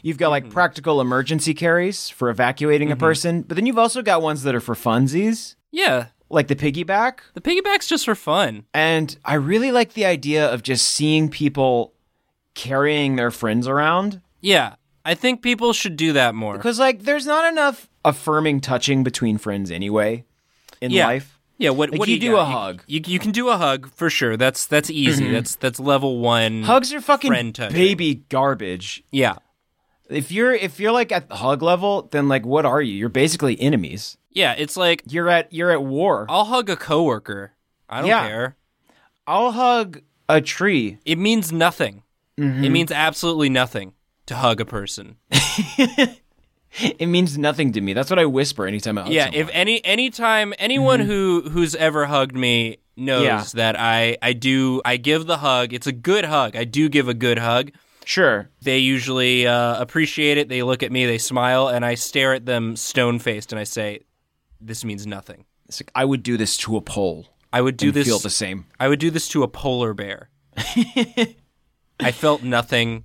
You've got
Mm-hmm.
like practical emergency carries for evacuating a person, but then you've also got ones that are for funsies,
Yeah,
like the piggyback.
the piggyback's just for fun.
And I really like the idea of just seeing people carrying their friends around
Yeah, I think people should do that more.
because like there's not enough affirming touching between friends anyway in
yeah.
life.
Yeah, what,
Like,
what
you
do you
do
got?
a
You-
hug. Mm-hmm.
You, you can do a hug for sure. That's that's easy. That's that's level one.
Hugs are fucking
Mm-hmm. friend touching.
baby garbage.
Yeah,
If you're if you're like at the hug level, then like what are you? You're basically enemies.
yeah. It's like
You're at you're at war.
I'll hug a coworker. I don't
Yeah.
care.
I'll hug a tree.
It means nothing.
Mm-hmm.
It means absolutely nothing to hug a person.
It means nothing to me. That's what I whisper anytime I hug
yeah,
someone. Mm-hmm.
if any anytime anyone who who's ever hugged me knows
Yeah.
that I I do I give the hug. It's a good hug. I do give a good hug.
sure.
They usually uh, appreciate it. They look at me, they smile, and I stare at them stone faced, and I say, "This means nothing."
It's like, I would do this to a pole.
I would do
and
this.
feel the same.
I would do this to a polar bear. I felt nothing.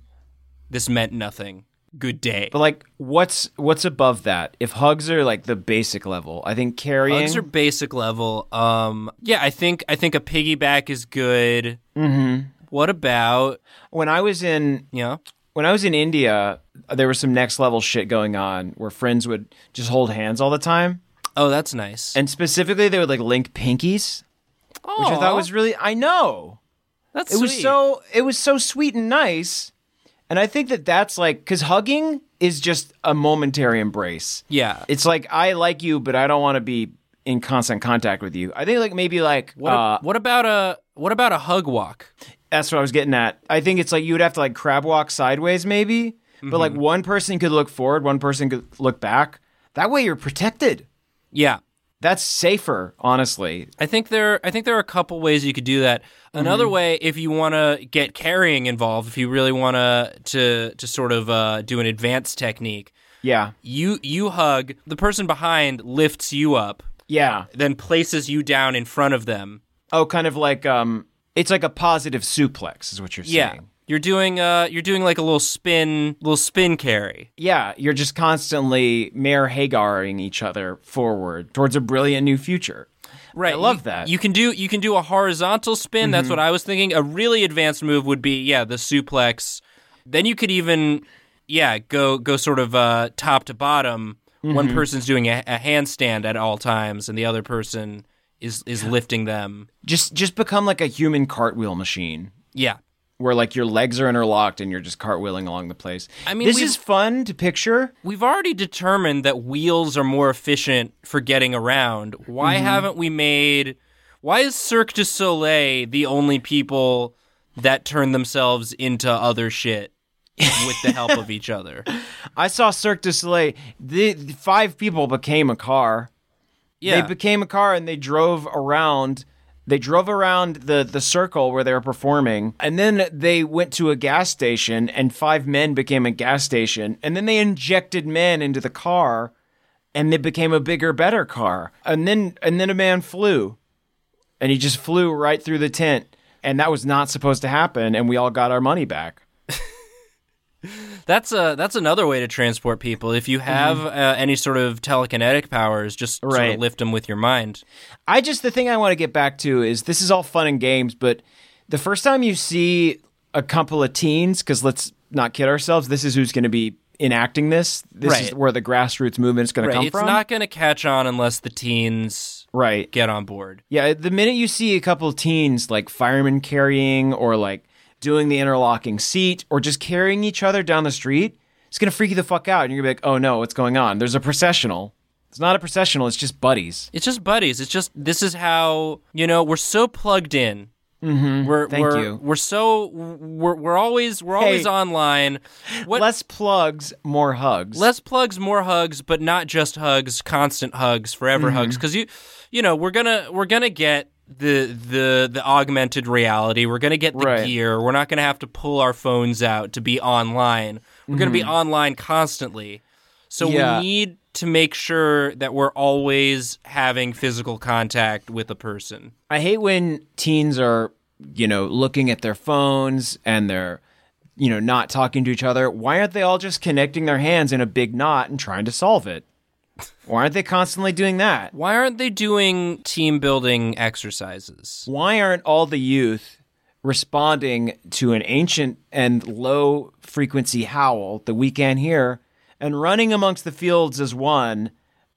This meant nothing. Good day.
But like what's what's above that? If hugs are like the basic level, I think carrying
Hugs are basic level. Um, yeah, I think I think a piggyback is good. Mm-hmm. What about
when I was in
you know?
when I was in India, there was some next level shit going on where friends would just hold hands all the time.
Oh, that's nice.
And specifically they would like link pinkies, which I thought
Aw,
was really I know.
that's
it was
sweet.
so it was so sweet and nice and i think that that's like because hugging is just a momentary embrace
yeah.
it's like i like you but i don't want to be in constant contact with you i think like maybe like
What, a-
uh,
what about a what about a hug walk?
that's what i was getting at i think it's like you would have to like crab walk sideways maybe but like
Mm-hmm.
one person could look forward one person could look back that way you're protected
Yeah,
that's safer honestly
I think there I think there are a couple ways you could do that. Another way,
Mm-hmm.
if you want to get carrying involved, if you really want to to to sort of uh, do an advanced technique,
yeah
you you hug the person behind lifts you up,
yeah
then places you down in front of them.
oh kind of like um it's like a positive suplex is what you're saying
Yeah. You're doing uh you're doing like a little spin little spin carry.
Yeah, you're just constantly Mayor Hagaring each other forward towards a brilliant new future.
Right. I
love that.
You can do you can do a horizontal spin. That's what I was thinking. A really advanced move would be yeah, the suplex. Then you could even yeah, go go sort of uh top to bottom. One person's doing a, a handstand at all times and the other person is is lifting them.
Just just become like a human cartwheel machine.
Yeah.
where like your legs are interlocked and you're just cartwheeling along the place.
I mean,
this
we've-
is fun to picture.
We've already determined that wheels are more efficient for getting around. Why
Mm-hmm.
haven't we made? Why is Cirque du Soleil the only people that turn themselves into other shit with the help of each other?
I saw Cirque du Soleil. The, the five people became a car.
Yeah,
They became a car and they drove around. They drove around the the circle where they were performing, and then they went to a gas station, and five men became a gas station, and then they injected men into the car, and they became a bigger, better car, and then and then a man flew, and he just flew right through the tent, and that was not supposed to happen, and we all got our money back.
that's a that's another way to transport people. If you
Mm-hmm.
have uh, any sort of telekinetic powers, just sort
Right.
of lift them with your mind.
I just the thing I want to get back to is this is all fun and games, but the first time you see a couple of teens, because let's not kid ourselves, this is who's going to be enacting this. This is
Right.
where the grassroots movement is going to come
it's
from.
not going to catch on unless the teens
right.
get on board.
Yeah. The minute you see a couple of teens, like firemen carrying or like doing the interlocking seat or just carrying each other down the street, it's going to freak you the fuck out. And you're going to be like, oh no, what's going on? There's a processional. It's not a processional. It's just buddies.
It's just buddies. It's just this is how you know we're so plugged in. Mm-hmm. We're
Thank
we're,
you.
we're so we're we're always we're always online. What
Less plugs, more hugs.
less plugs, more hugs, but not just hugs. Constant hugs, forever
Mm-hmm.
hugs. Because you you know we're gonna we're gonna get the the the augmented reality. We're gonna get the
Right.
gear. We're not gonna have to pull our phones out to be online. We're gonna be online constantly. So
Mm-hmm. Yeah.
we need to make sure that we're always having physical contact with a person.
I hate when teens are, you know, looking at their phones and they're, you know, not talking to each other. Why aren't they all just connecting their hands in a big knot and trying to solve it? Why aren't they constantly doing that?
Why aren't they doing team building exercises?
Why aren't all the youth responding to an ancient and low frequency howl that we can hear and running amongst the fields as one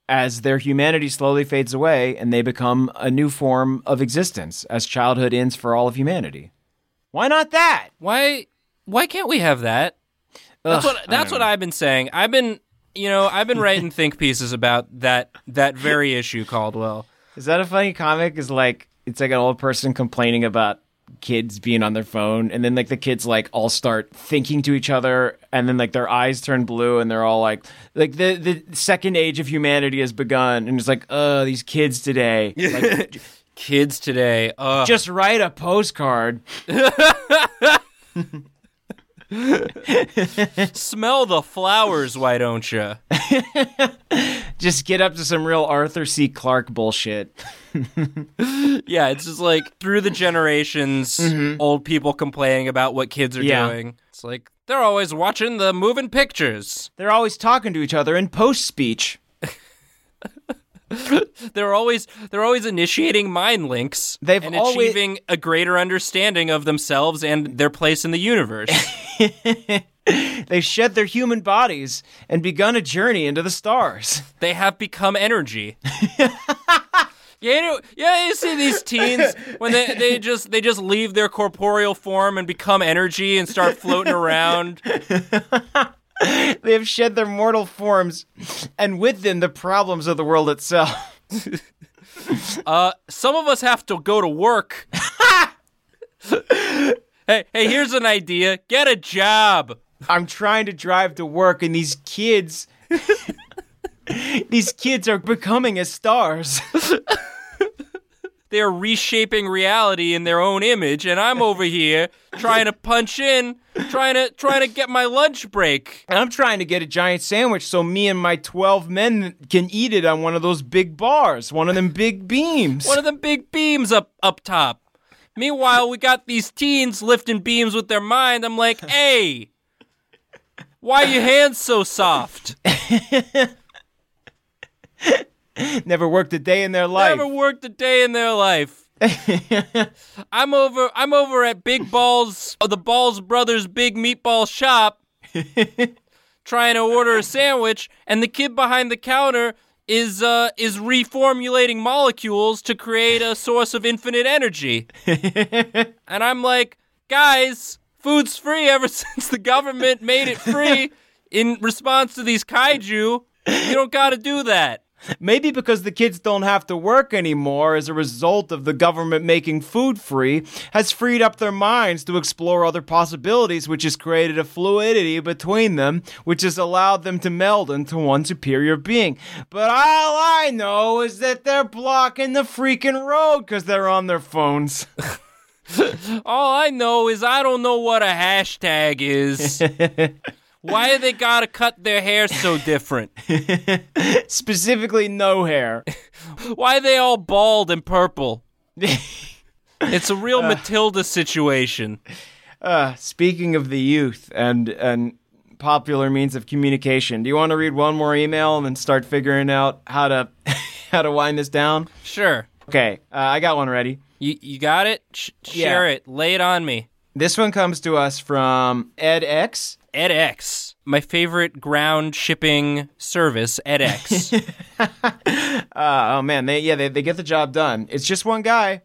as their humanity slowly fades away and they become a new form of existence as childhood ends for all of humanity? Why not that?
Why why can't we have that? That's what that's what I've been saying. I've been you know, I've been writing think pieces about that that very issue, Caldwell.
Is that a funny comic? Is like it's like an old person complaining about kids being on their phone, and then like the kids like all start thinking to each other, and then like their eyes turn blue, and they're all like, like the the second age of humanity has begun, and it's like, uh, these kids today, like, j-
Kids today, uh
just write a postcard.
smell the flowers, why don't you?
Just get up to some real Arthur C. Clarke bullshit.
Yeah, it's just like through the generations, old people complaining about what kids are
Yeah.
doing. It's like they're always watching the moving pictures.
They're always talking to each other in post speech.
They're always they're always initiating mind links
They've
and
always-
achieving a greater understanding of themselves and their place in the universe.
They've shed their human bodies and begun a journey into the stars.
they have become energy. Yeah, you know, yeah, you see these teens when they, they just they just leave their corporeal form and become energy and start floating around.
They have shed their mortal forms, and with them the problems of the world itself.
Some of us have to go to work. hey, hey, here's an idea. Get a job.
I'm trying to drive to work, and these kids. these kids are becoming as stars.
They are reshaping reality in their own image, and I'm over here trying to punch in, trying to trying to get my lunch break.
And I'm trying to get a giant sandwich so me and my 12 men can eat it on one of those big bars, one of them big beams.
One of them big beams up up top. Meanwhile, we got these teens lifting beams with their mind. I'm like, hey, why are your hands so soft?
Never worked a day in their life.
Never worked a day in their life. I'm over. I'm over at Big Balls, uh, the Balls Brothers Big Meatball Shop, trying to order a sandwich, and the kid behind the counter is uh, is reformulating molecules to create a source of infinite energy. and I'm like, guys, food's free ever since the government made it free in response to these kaiju. You don't got to do that.
Maybe because the kids don't have to work anymore as a result of the government making food free has freed up their minds to explore other possibilities, which has created a fluidity between them, which has allowed them to meld into one superior being. But all I know is that they're blocking the freaking road because they're on their phones.
All I know is I don't know what a hashtag is. Why do they gotta cut their hair so different?
Specifically, no hair.
Why are they all bald and purple? It's a real Matilda situation.
Uh, speaking of the youth and and popular means of communication, do you want to read one more email and then start figuring out how to how to wind this down?
Sure.
Okay, uh, I got one ready.
You, you got it? Sh- share it. Lay it on me.
This one comes to us from EdX.
edX, my favorite ground shipping service, edX.
Uh, oh man, they yeah they, they get the job done. It's just one guy.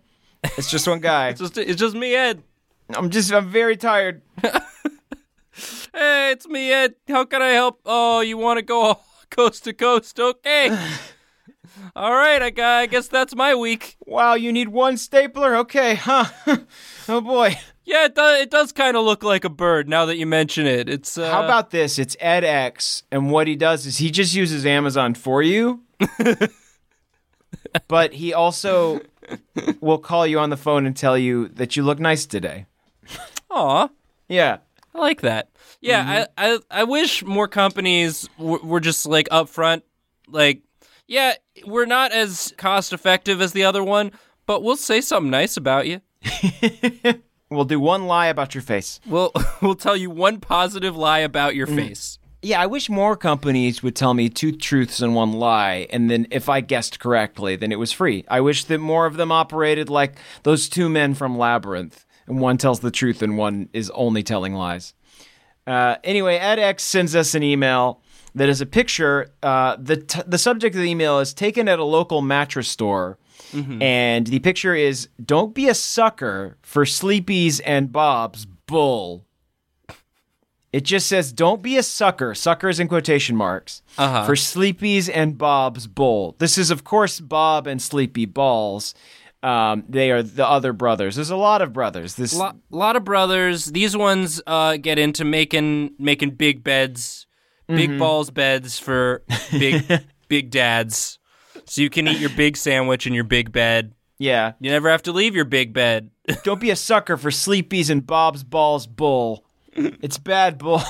It's just one guy.
just, it's just me, Ed.
I'm just I'm very tired.
Hey, it's me, Ed. How can I help? Oh, you want to go all coast to coast? Okay. all right, I, gu- I guess that's my week.
Wow, you need one stapler? Okay, huh? oh boy.
Yeah, it, do- it does kind of look like a bird now that you mention it. It's uh,
How about this? It's edX, and what he does is he just uses Amazon for you, but he also will call you on the phone and tell you that you look nice today.
Aw,
Yeah.
I like that. Yeah,
Mm-hmm.
I, I I wish more companies w- were just like upfront, like, yeah, we're not as cost effective as the other one, but we'll say something nice about you.
We'll do one lie about your face.
We'll we'll tell you one positive lie about
Mm.
your face.
Yeah, I wish more companies would tell me two truths and one lie, and then if I guessed correctly, then it was free. I wish that more of them operated like those two men from Labyrinth, and one tells the truth and one is only telling lies. Uh, anyway, edX sends us an email that is a picture. Uh, the t- the subject of the email is taken at a local mattress store, and the picture is "Don't be a sucker for Sleepy's and Bob's Bull." It just says, "Don't be a sucker." Sucker is in quotation marks
Uh-huh.
for Sleepy's and Bob's Bull. This is, of course, Bob and Sleepy Balls. Um, they are the other brothers. There's a lot of brothers. This
lot, lot of brothers. These ones uh, get into making making big beds, big
Mm-hmm.
balls beds for big big dads. So you can eat your big sandwich in your big bed.
yeah.
You never have to leave your big bed.
Don't be a sucker for Sleepy's and Bob's Balls Bull. It's bad bull.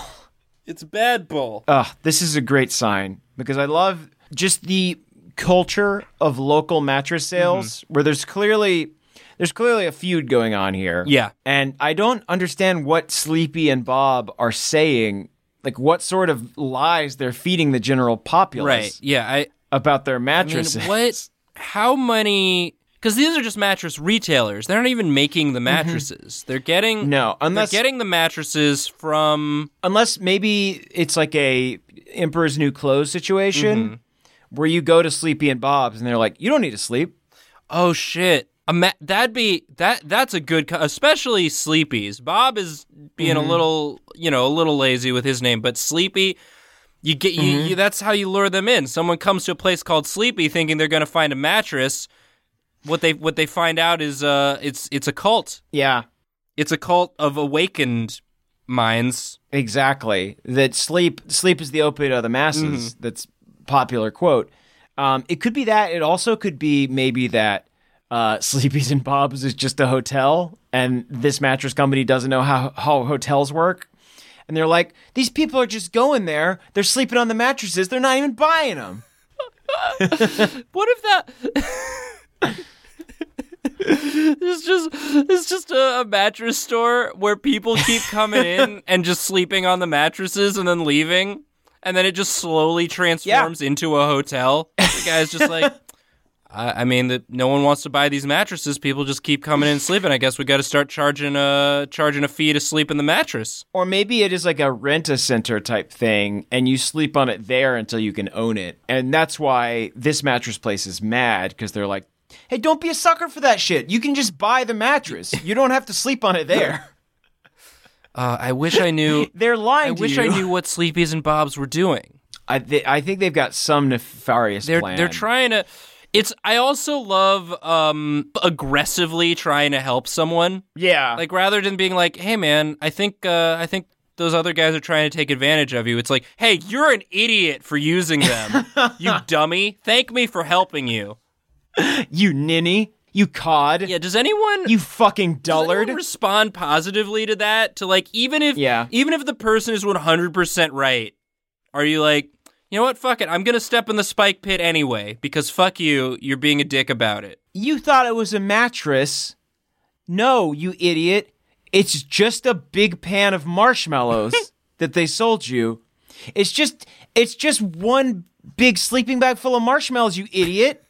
It's a bad bull.
Ugh, this is a great sign because I love just the culture of local mattress sales where there's clearly there's clearly a feud going on here.
Yeah.
And I don't understand what Sleepy and Bob are saying, like what sort of lies they're feeding the general populace
Right. Yeah. I,
about their
I mean,
mattresses.
what? How many? Because these are just mattress retailers. They're not even making the mattresses. They're getting
Mm-hmm. No, unless-
they're getting the mattresses from
unless maybe it's like a Emperor's New Clothes situation where you go to Sleepy and Bob's and they're like, you don't need to sleep.
Oh shit. Ima- that'd be that that's a good co- especially Sleepy's. Bob is being a little, you know, a little lazy with his name, but Sleepy you get you, you that's how you lure them in. Someone comes to a place called Sleepy thinking they're going to find a mattress. What they what they find out is uh it's it's a cult.
Yeah,
It's a cult of awakened minds.
exactly. That sleep sleep is the opiate of the masses. That's popular quote. Um, it could be that. It also could be maybe that uh, Sleepy's and Bob's is just a hotel, and this mattress company doesn't know how how hotels work. And they're like, these people are just going there. They're sleeping on the mattresses. They're not even buying them.
What if that It's just it's just a, a mattress store where people keep coming in and just sleeping on the mattresses and then leaving, and then it just slowly transforms into a hotel. The guy's just like, I, I mean, that no one wants to buy these mattresses. People just keep coming in and sleeping. I guess we got to start charging a charging a fee to sleep in the mattress.
Or maybe it is like a rent a center type thing and you sleep on it there until you can own it. And that's why this mattress place is mad because they're like, hey, don't be a sucker for that shit. You can just buy the mattress, you don't have to sleep on it there.
Uh, I wish I knew.
They're lying
I
to
wish
you.
I knew what Sleepies and Bobs were doing.
I, th- I think they've got some nefarious
They're
plan.
they're trying to. It's. I also love um aggressively trying to help someone.
Yeah.
Like rather than being like, "Hey man, I think uh, I think those other guys are trying to take advantage of you." It's like, "Hey, you're an idiot for using them, you dummy. Thank me for helping you."
you ninny, you cod,
Yeah. Does anyone?
you fucking
does anyone
dullard.
respond positively to that? To like, even if
Yeah.
even if the person is one hundred percent right, are you like, you know what? Fuck it. I'm gonna step in the spike pit anyway because fuck you. You're being a dick about it.
You thought it was a mattress. No, you idiot. It's just a big pan of marshmallows that they sold you. It's just it's just one big sleeping bag full of marshmallows, you idiot.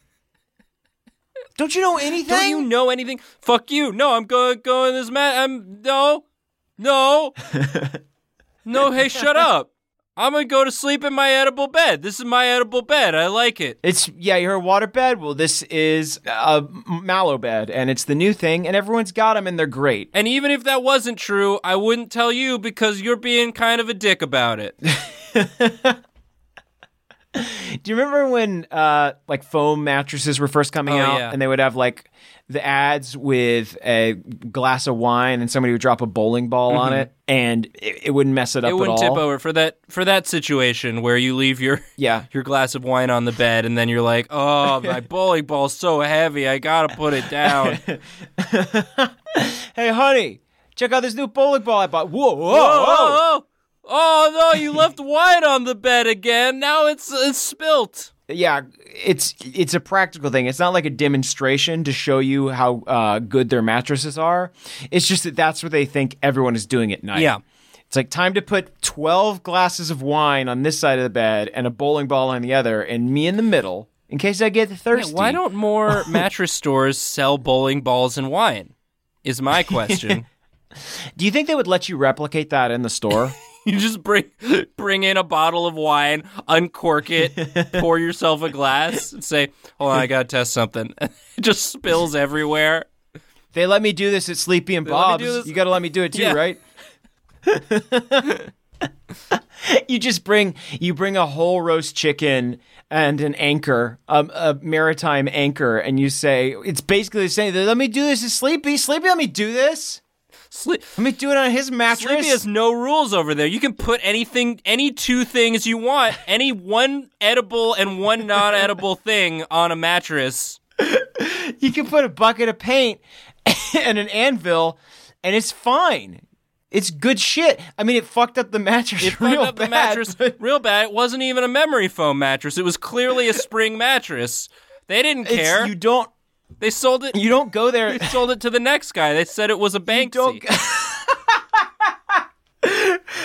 Don't you know anything?
Don't you know anything? Fuck you. No, I'm going go in this mat. I'm no, no, no. Hey, shut up. I'm gonna go to sleep in my edible bed. This is my edible bed. I like it.
It's yeah, you're a water bed. Well, this is a mallow bed, and it's the new thing, and everyone's got them, and they're great.
And even if that wasn't true, I wouldn't tell you because you're being kind of a dick about it.
Do you remember when uh, like foam mattresses were first coming
Oh,
out,
yeah.
and they would have like the ads with a glass of wine, and somebody would drop a bowling ball on it, and it, it wouldn't mess it up
Mm-hmm. It wouldn't
at all.
tip over for that for that situation where you leave your
Yeah.
your glass of wine on the bed and then you're like, oh, my bowling ball's so heavy. I gotta put it down.
Hey, honey, check out this new bowling ball I bought. Whoa, whoa,
Oh,
whoa.
oh, oh, Oh, no, you left wine on the bed again. Now it's, it's spilt.
yeah it's it's a practical thing it's not like a demonstration to show you how uh, good their mattresses are it's just that that's what they think everyone is doing at night
Yeah.
it's like time to put 12 glasses of wine on this side of the bed and a bowling ball on the other and me in the middle in case i get thirsty
Why don't more mattress stores sell bowling balls and wine? Is my question.
do you think they would let you replicate that in the store
you just bring bring in a bottle of wine, uncork it, pour yourself a glass, and say, "Hold on, I gotta test something." it just spills everywhere.
they let me do this at sleepy and
let me
bob's
do this-
you gotta let me do it too
Yeah.
right you just bring you bring a whole roast chicken and an anchor, um, a maritime anchor, and you say it's basically saying, "Let me do this to Sleepy. Sleepy, let me do this.
Sleep.
Let me do it on his mattress."
Sleepy has no rules over there. You can put anything, any two things you want, any one edible and one non edible thing on a mattress.
you can put a bucket of paint and an anvil, and it's fine. It's good shit. I mean, it fucked up the mattress
It
real
fucked up
bad.
the mattress
but-
real bad. It wasn't even a memory foam mattress. It was clearly a spring mattress. They didn't
it's-
care.
you don't
they sold it.
you don't go there.
they sold it to the next guy. They said it was a Banksy.
don't.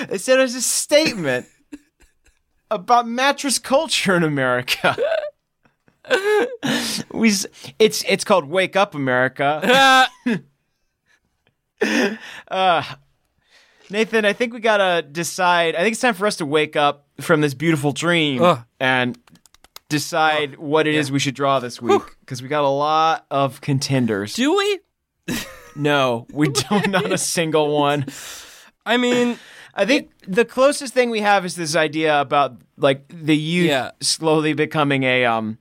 they said it was a statement about mattress culture in America. we, s- it's it's called Wake Up America.
Ah,
Nathan, I think we gotta decide. I think it's time for us to wake up from this beautiful dream
Ugh.
and decide what it is we should draw this week because we got a lot of contenders.
do we?
no, we don't. Not a single one.
I mean,
I think the closest thing we have is this idea about like the youth
Yeah.
slowly becoming a um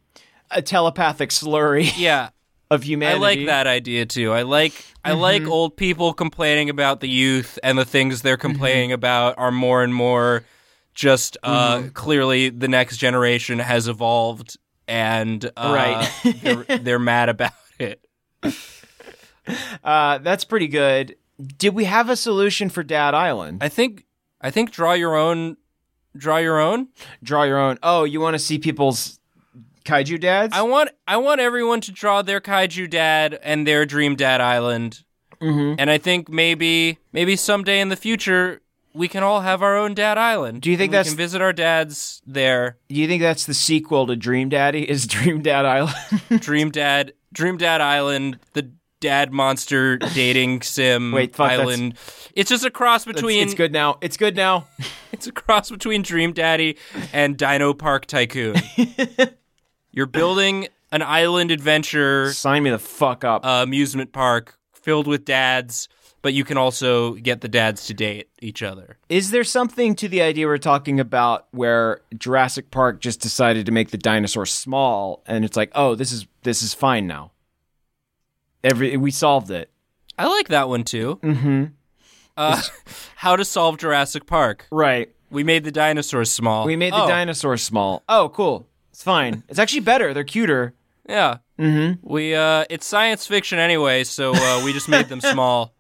a telepathic slurry
yeah.
of
I
humanity.
like that idea too. I like I like old people complaining about the youth and the things they're complaining about are more and more just uh, clearly the next generation has evolved and uh,
Right.
they're, they're mad about it.
Uh, that's pretty good. Did we have a solution for Dad Island?
I think I think draw your own draw your own.
Draw your own. Oh, you want to see people's kaiju dads.
I want I want everyone to draw their kaiju dad and their dream dad island. Mm-hmm. And I think maybe maybe someday in the future we can all have our own dad island.
Do you think
And we
that's-
can visit our dads there?
Do you think that's the sequel to Dream Daddy? Is Dream Dad Island?
Dream dad, dream dad island, the dad monster dating sim
Wait, fuck, that's-
island. It's just a cross
It's-
between
it's good now. It's good now.
It's a cross between Dream Daddy and Dino Park Tycoon. You're building an island adventure
Sign me the fuck up.
uh, amusement park filled with dads, but you can also get the dads to date each other.
Is there something to the idea we're talking about where Jurassic Park just decided to make the dinosaur small and it's like, "Oh, this is this is fine now." Every we solved it.
I like that one too. Mm-hmm. Uh, how to solve Jurassic Park?
Right.
We made the dinosaurs small.
We made the
Oh,
dinosaur small. Oh, cool. It's fine. It's actually better. They're cuter.
Yeah. Mm-hmm. We uh, it's science fiction anyway, so uh, we just made them small.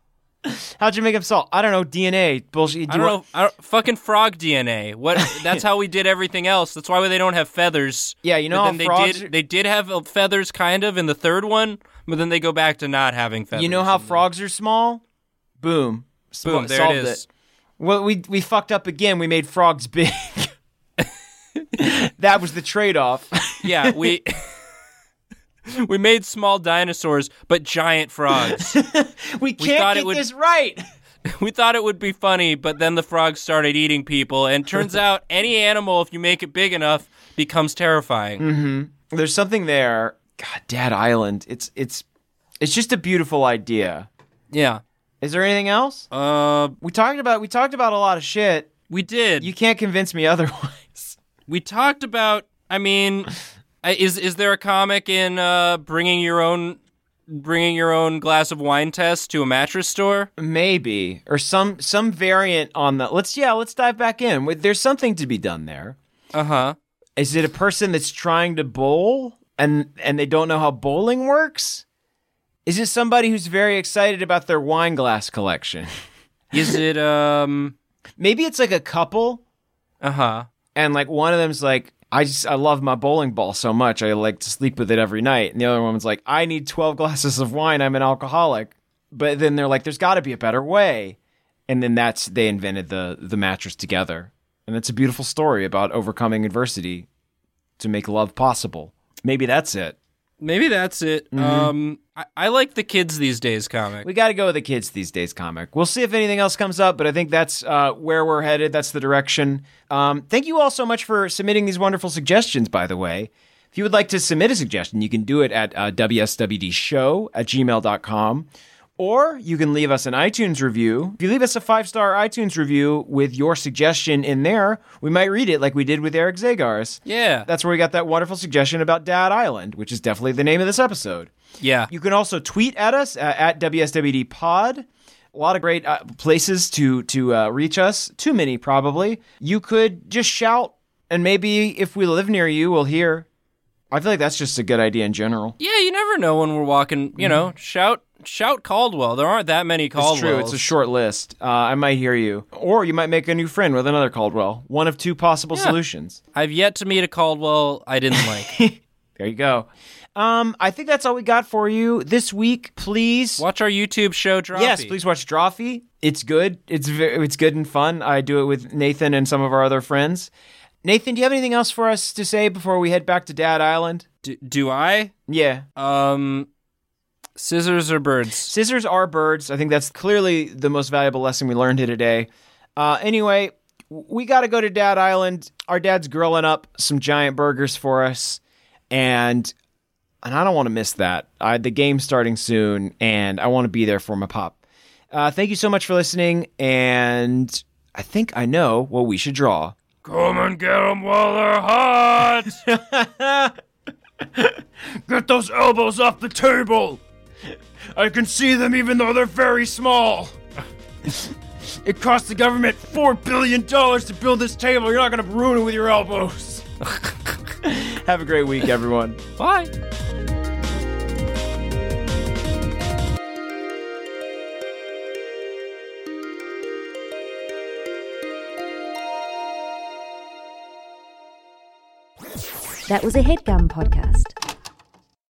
How'd you make them small? I don't know. DNA bullshit.
I don't know. I don't, fucking frog DNA. What? That's how we did everything else. That's why they don't have feathers.
Yeah, you know
But
how
then they
frogs
did.
are-
They did have uh, feathers, kind of, in the third one, but then they go back to not having feathers.
You know how
And
frogs are small? Boom. Sm-
Boom! There
solved
it is.
Well, we we fucked up again. We made frogs big. that was the trade-off.
Yeah, we. We made small dinosaurs, but giant frogs.
We
thought
can't
it
get
would-
this right.
we thought it would be funny, but then the frogs started eating people, and turns out any animal, if you make it big enough, becomes terrifying.
There's something there. God, Dad Island. It's it's it's just a beautiful idea.
Yeah.
Is there anything else?
Uh,
We talked about we talked about a lot of shit.
we did.
You can't convince me otherwise.
we talked about i mean I- is is there a comic in uh bringing your own bringing your own glass of wine test to a mattress store
Maybe or some some variant on the. Let's yeah, let's dive back in. Wait, There's something to be done there.
uh-huh
Is it a person that's trying to bowl and and they don't know how bowling works? Is it somebody who's very excited about their wine glass collection?
is it um
Maybe it's like a couple
uh-huh
and like one of them's like I just I love my bowling ball so much. I like to sleep with it every night. And the other one's like I need 12 glasses of wine. I'm an alcoholic. But then they're like there's got to be a better way. And then that's they invented the the mattress together. And it's a beautiful story about overcoming adversity to make love possible. Maybe that's it.
maybe that's it
Mm-hmm.
um I, I like the kids these days comic
We got to go with the kids these days comic. We'll see if anything else comes up, but I think that's uh, where we're headed. That's the direction. Um, thank you all so much for submitting these wonderful suggestions, by the way. If you would like to submit a suggestion, you can do it at uh, wswdshow at gmail.com. Or you can leave us an iTunes review. If you leave us a five star iTunes review with your suggestion in there, we might read it like we did with Eric Zagars.
yeah
That's where we got that wonderful suggestion about Dad Island, which is definitely the name of this episode.
yeah
You can also tweet at us uh, at WSWD Pod. A lot of great uh, places to to uh, reach us. Too many probably. You could just shout, and maybe if we live near you, we'll hear. I feel like that's just a good idea in general.
yeah you never know when we're walking you know shout shout caldwell there aren't that many caldwells
Mm-hmm. It's true. It's a short list. Uh, I might hear you, or you might make a new friend with another Caldwell. One of two possible solutions.
i've yet to meet a caldwell i didn't like
There you go. Um, I think that's all we got for you this week. Please
watch our youtube show Droppy.
Yes, please watch Drawfee. It's good. It's ve- it's good and fun. I do it with Nathan and some of our other friends. Nathan, do you have anything else for us to say before we head back to Dad Island?
do, do i
Yeah.
Um, scissors or birds?
Scissors are birds. I think that's clearly the most valuable lesson we learned here today. Uh, anyway, w- we got to go to Dad Island. Our dad's grilling up some giant burgers for us, and and I don't want to miss that. I, the game's starting soon, and I want to be there for my pop. Uh, thank you so much for listening, and I think I know what we should draw.
Come and get them while they're hot.
Get those elbows off the table! I can see them even though they're very small! It cost the government $4 billion to build this table. You're not going to ruin it with your elbows. Have a great week, everyone.
Bye.
That was a headgum podcast.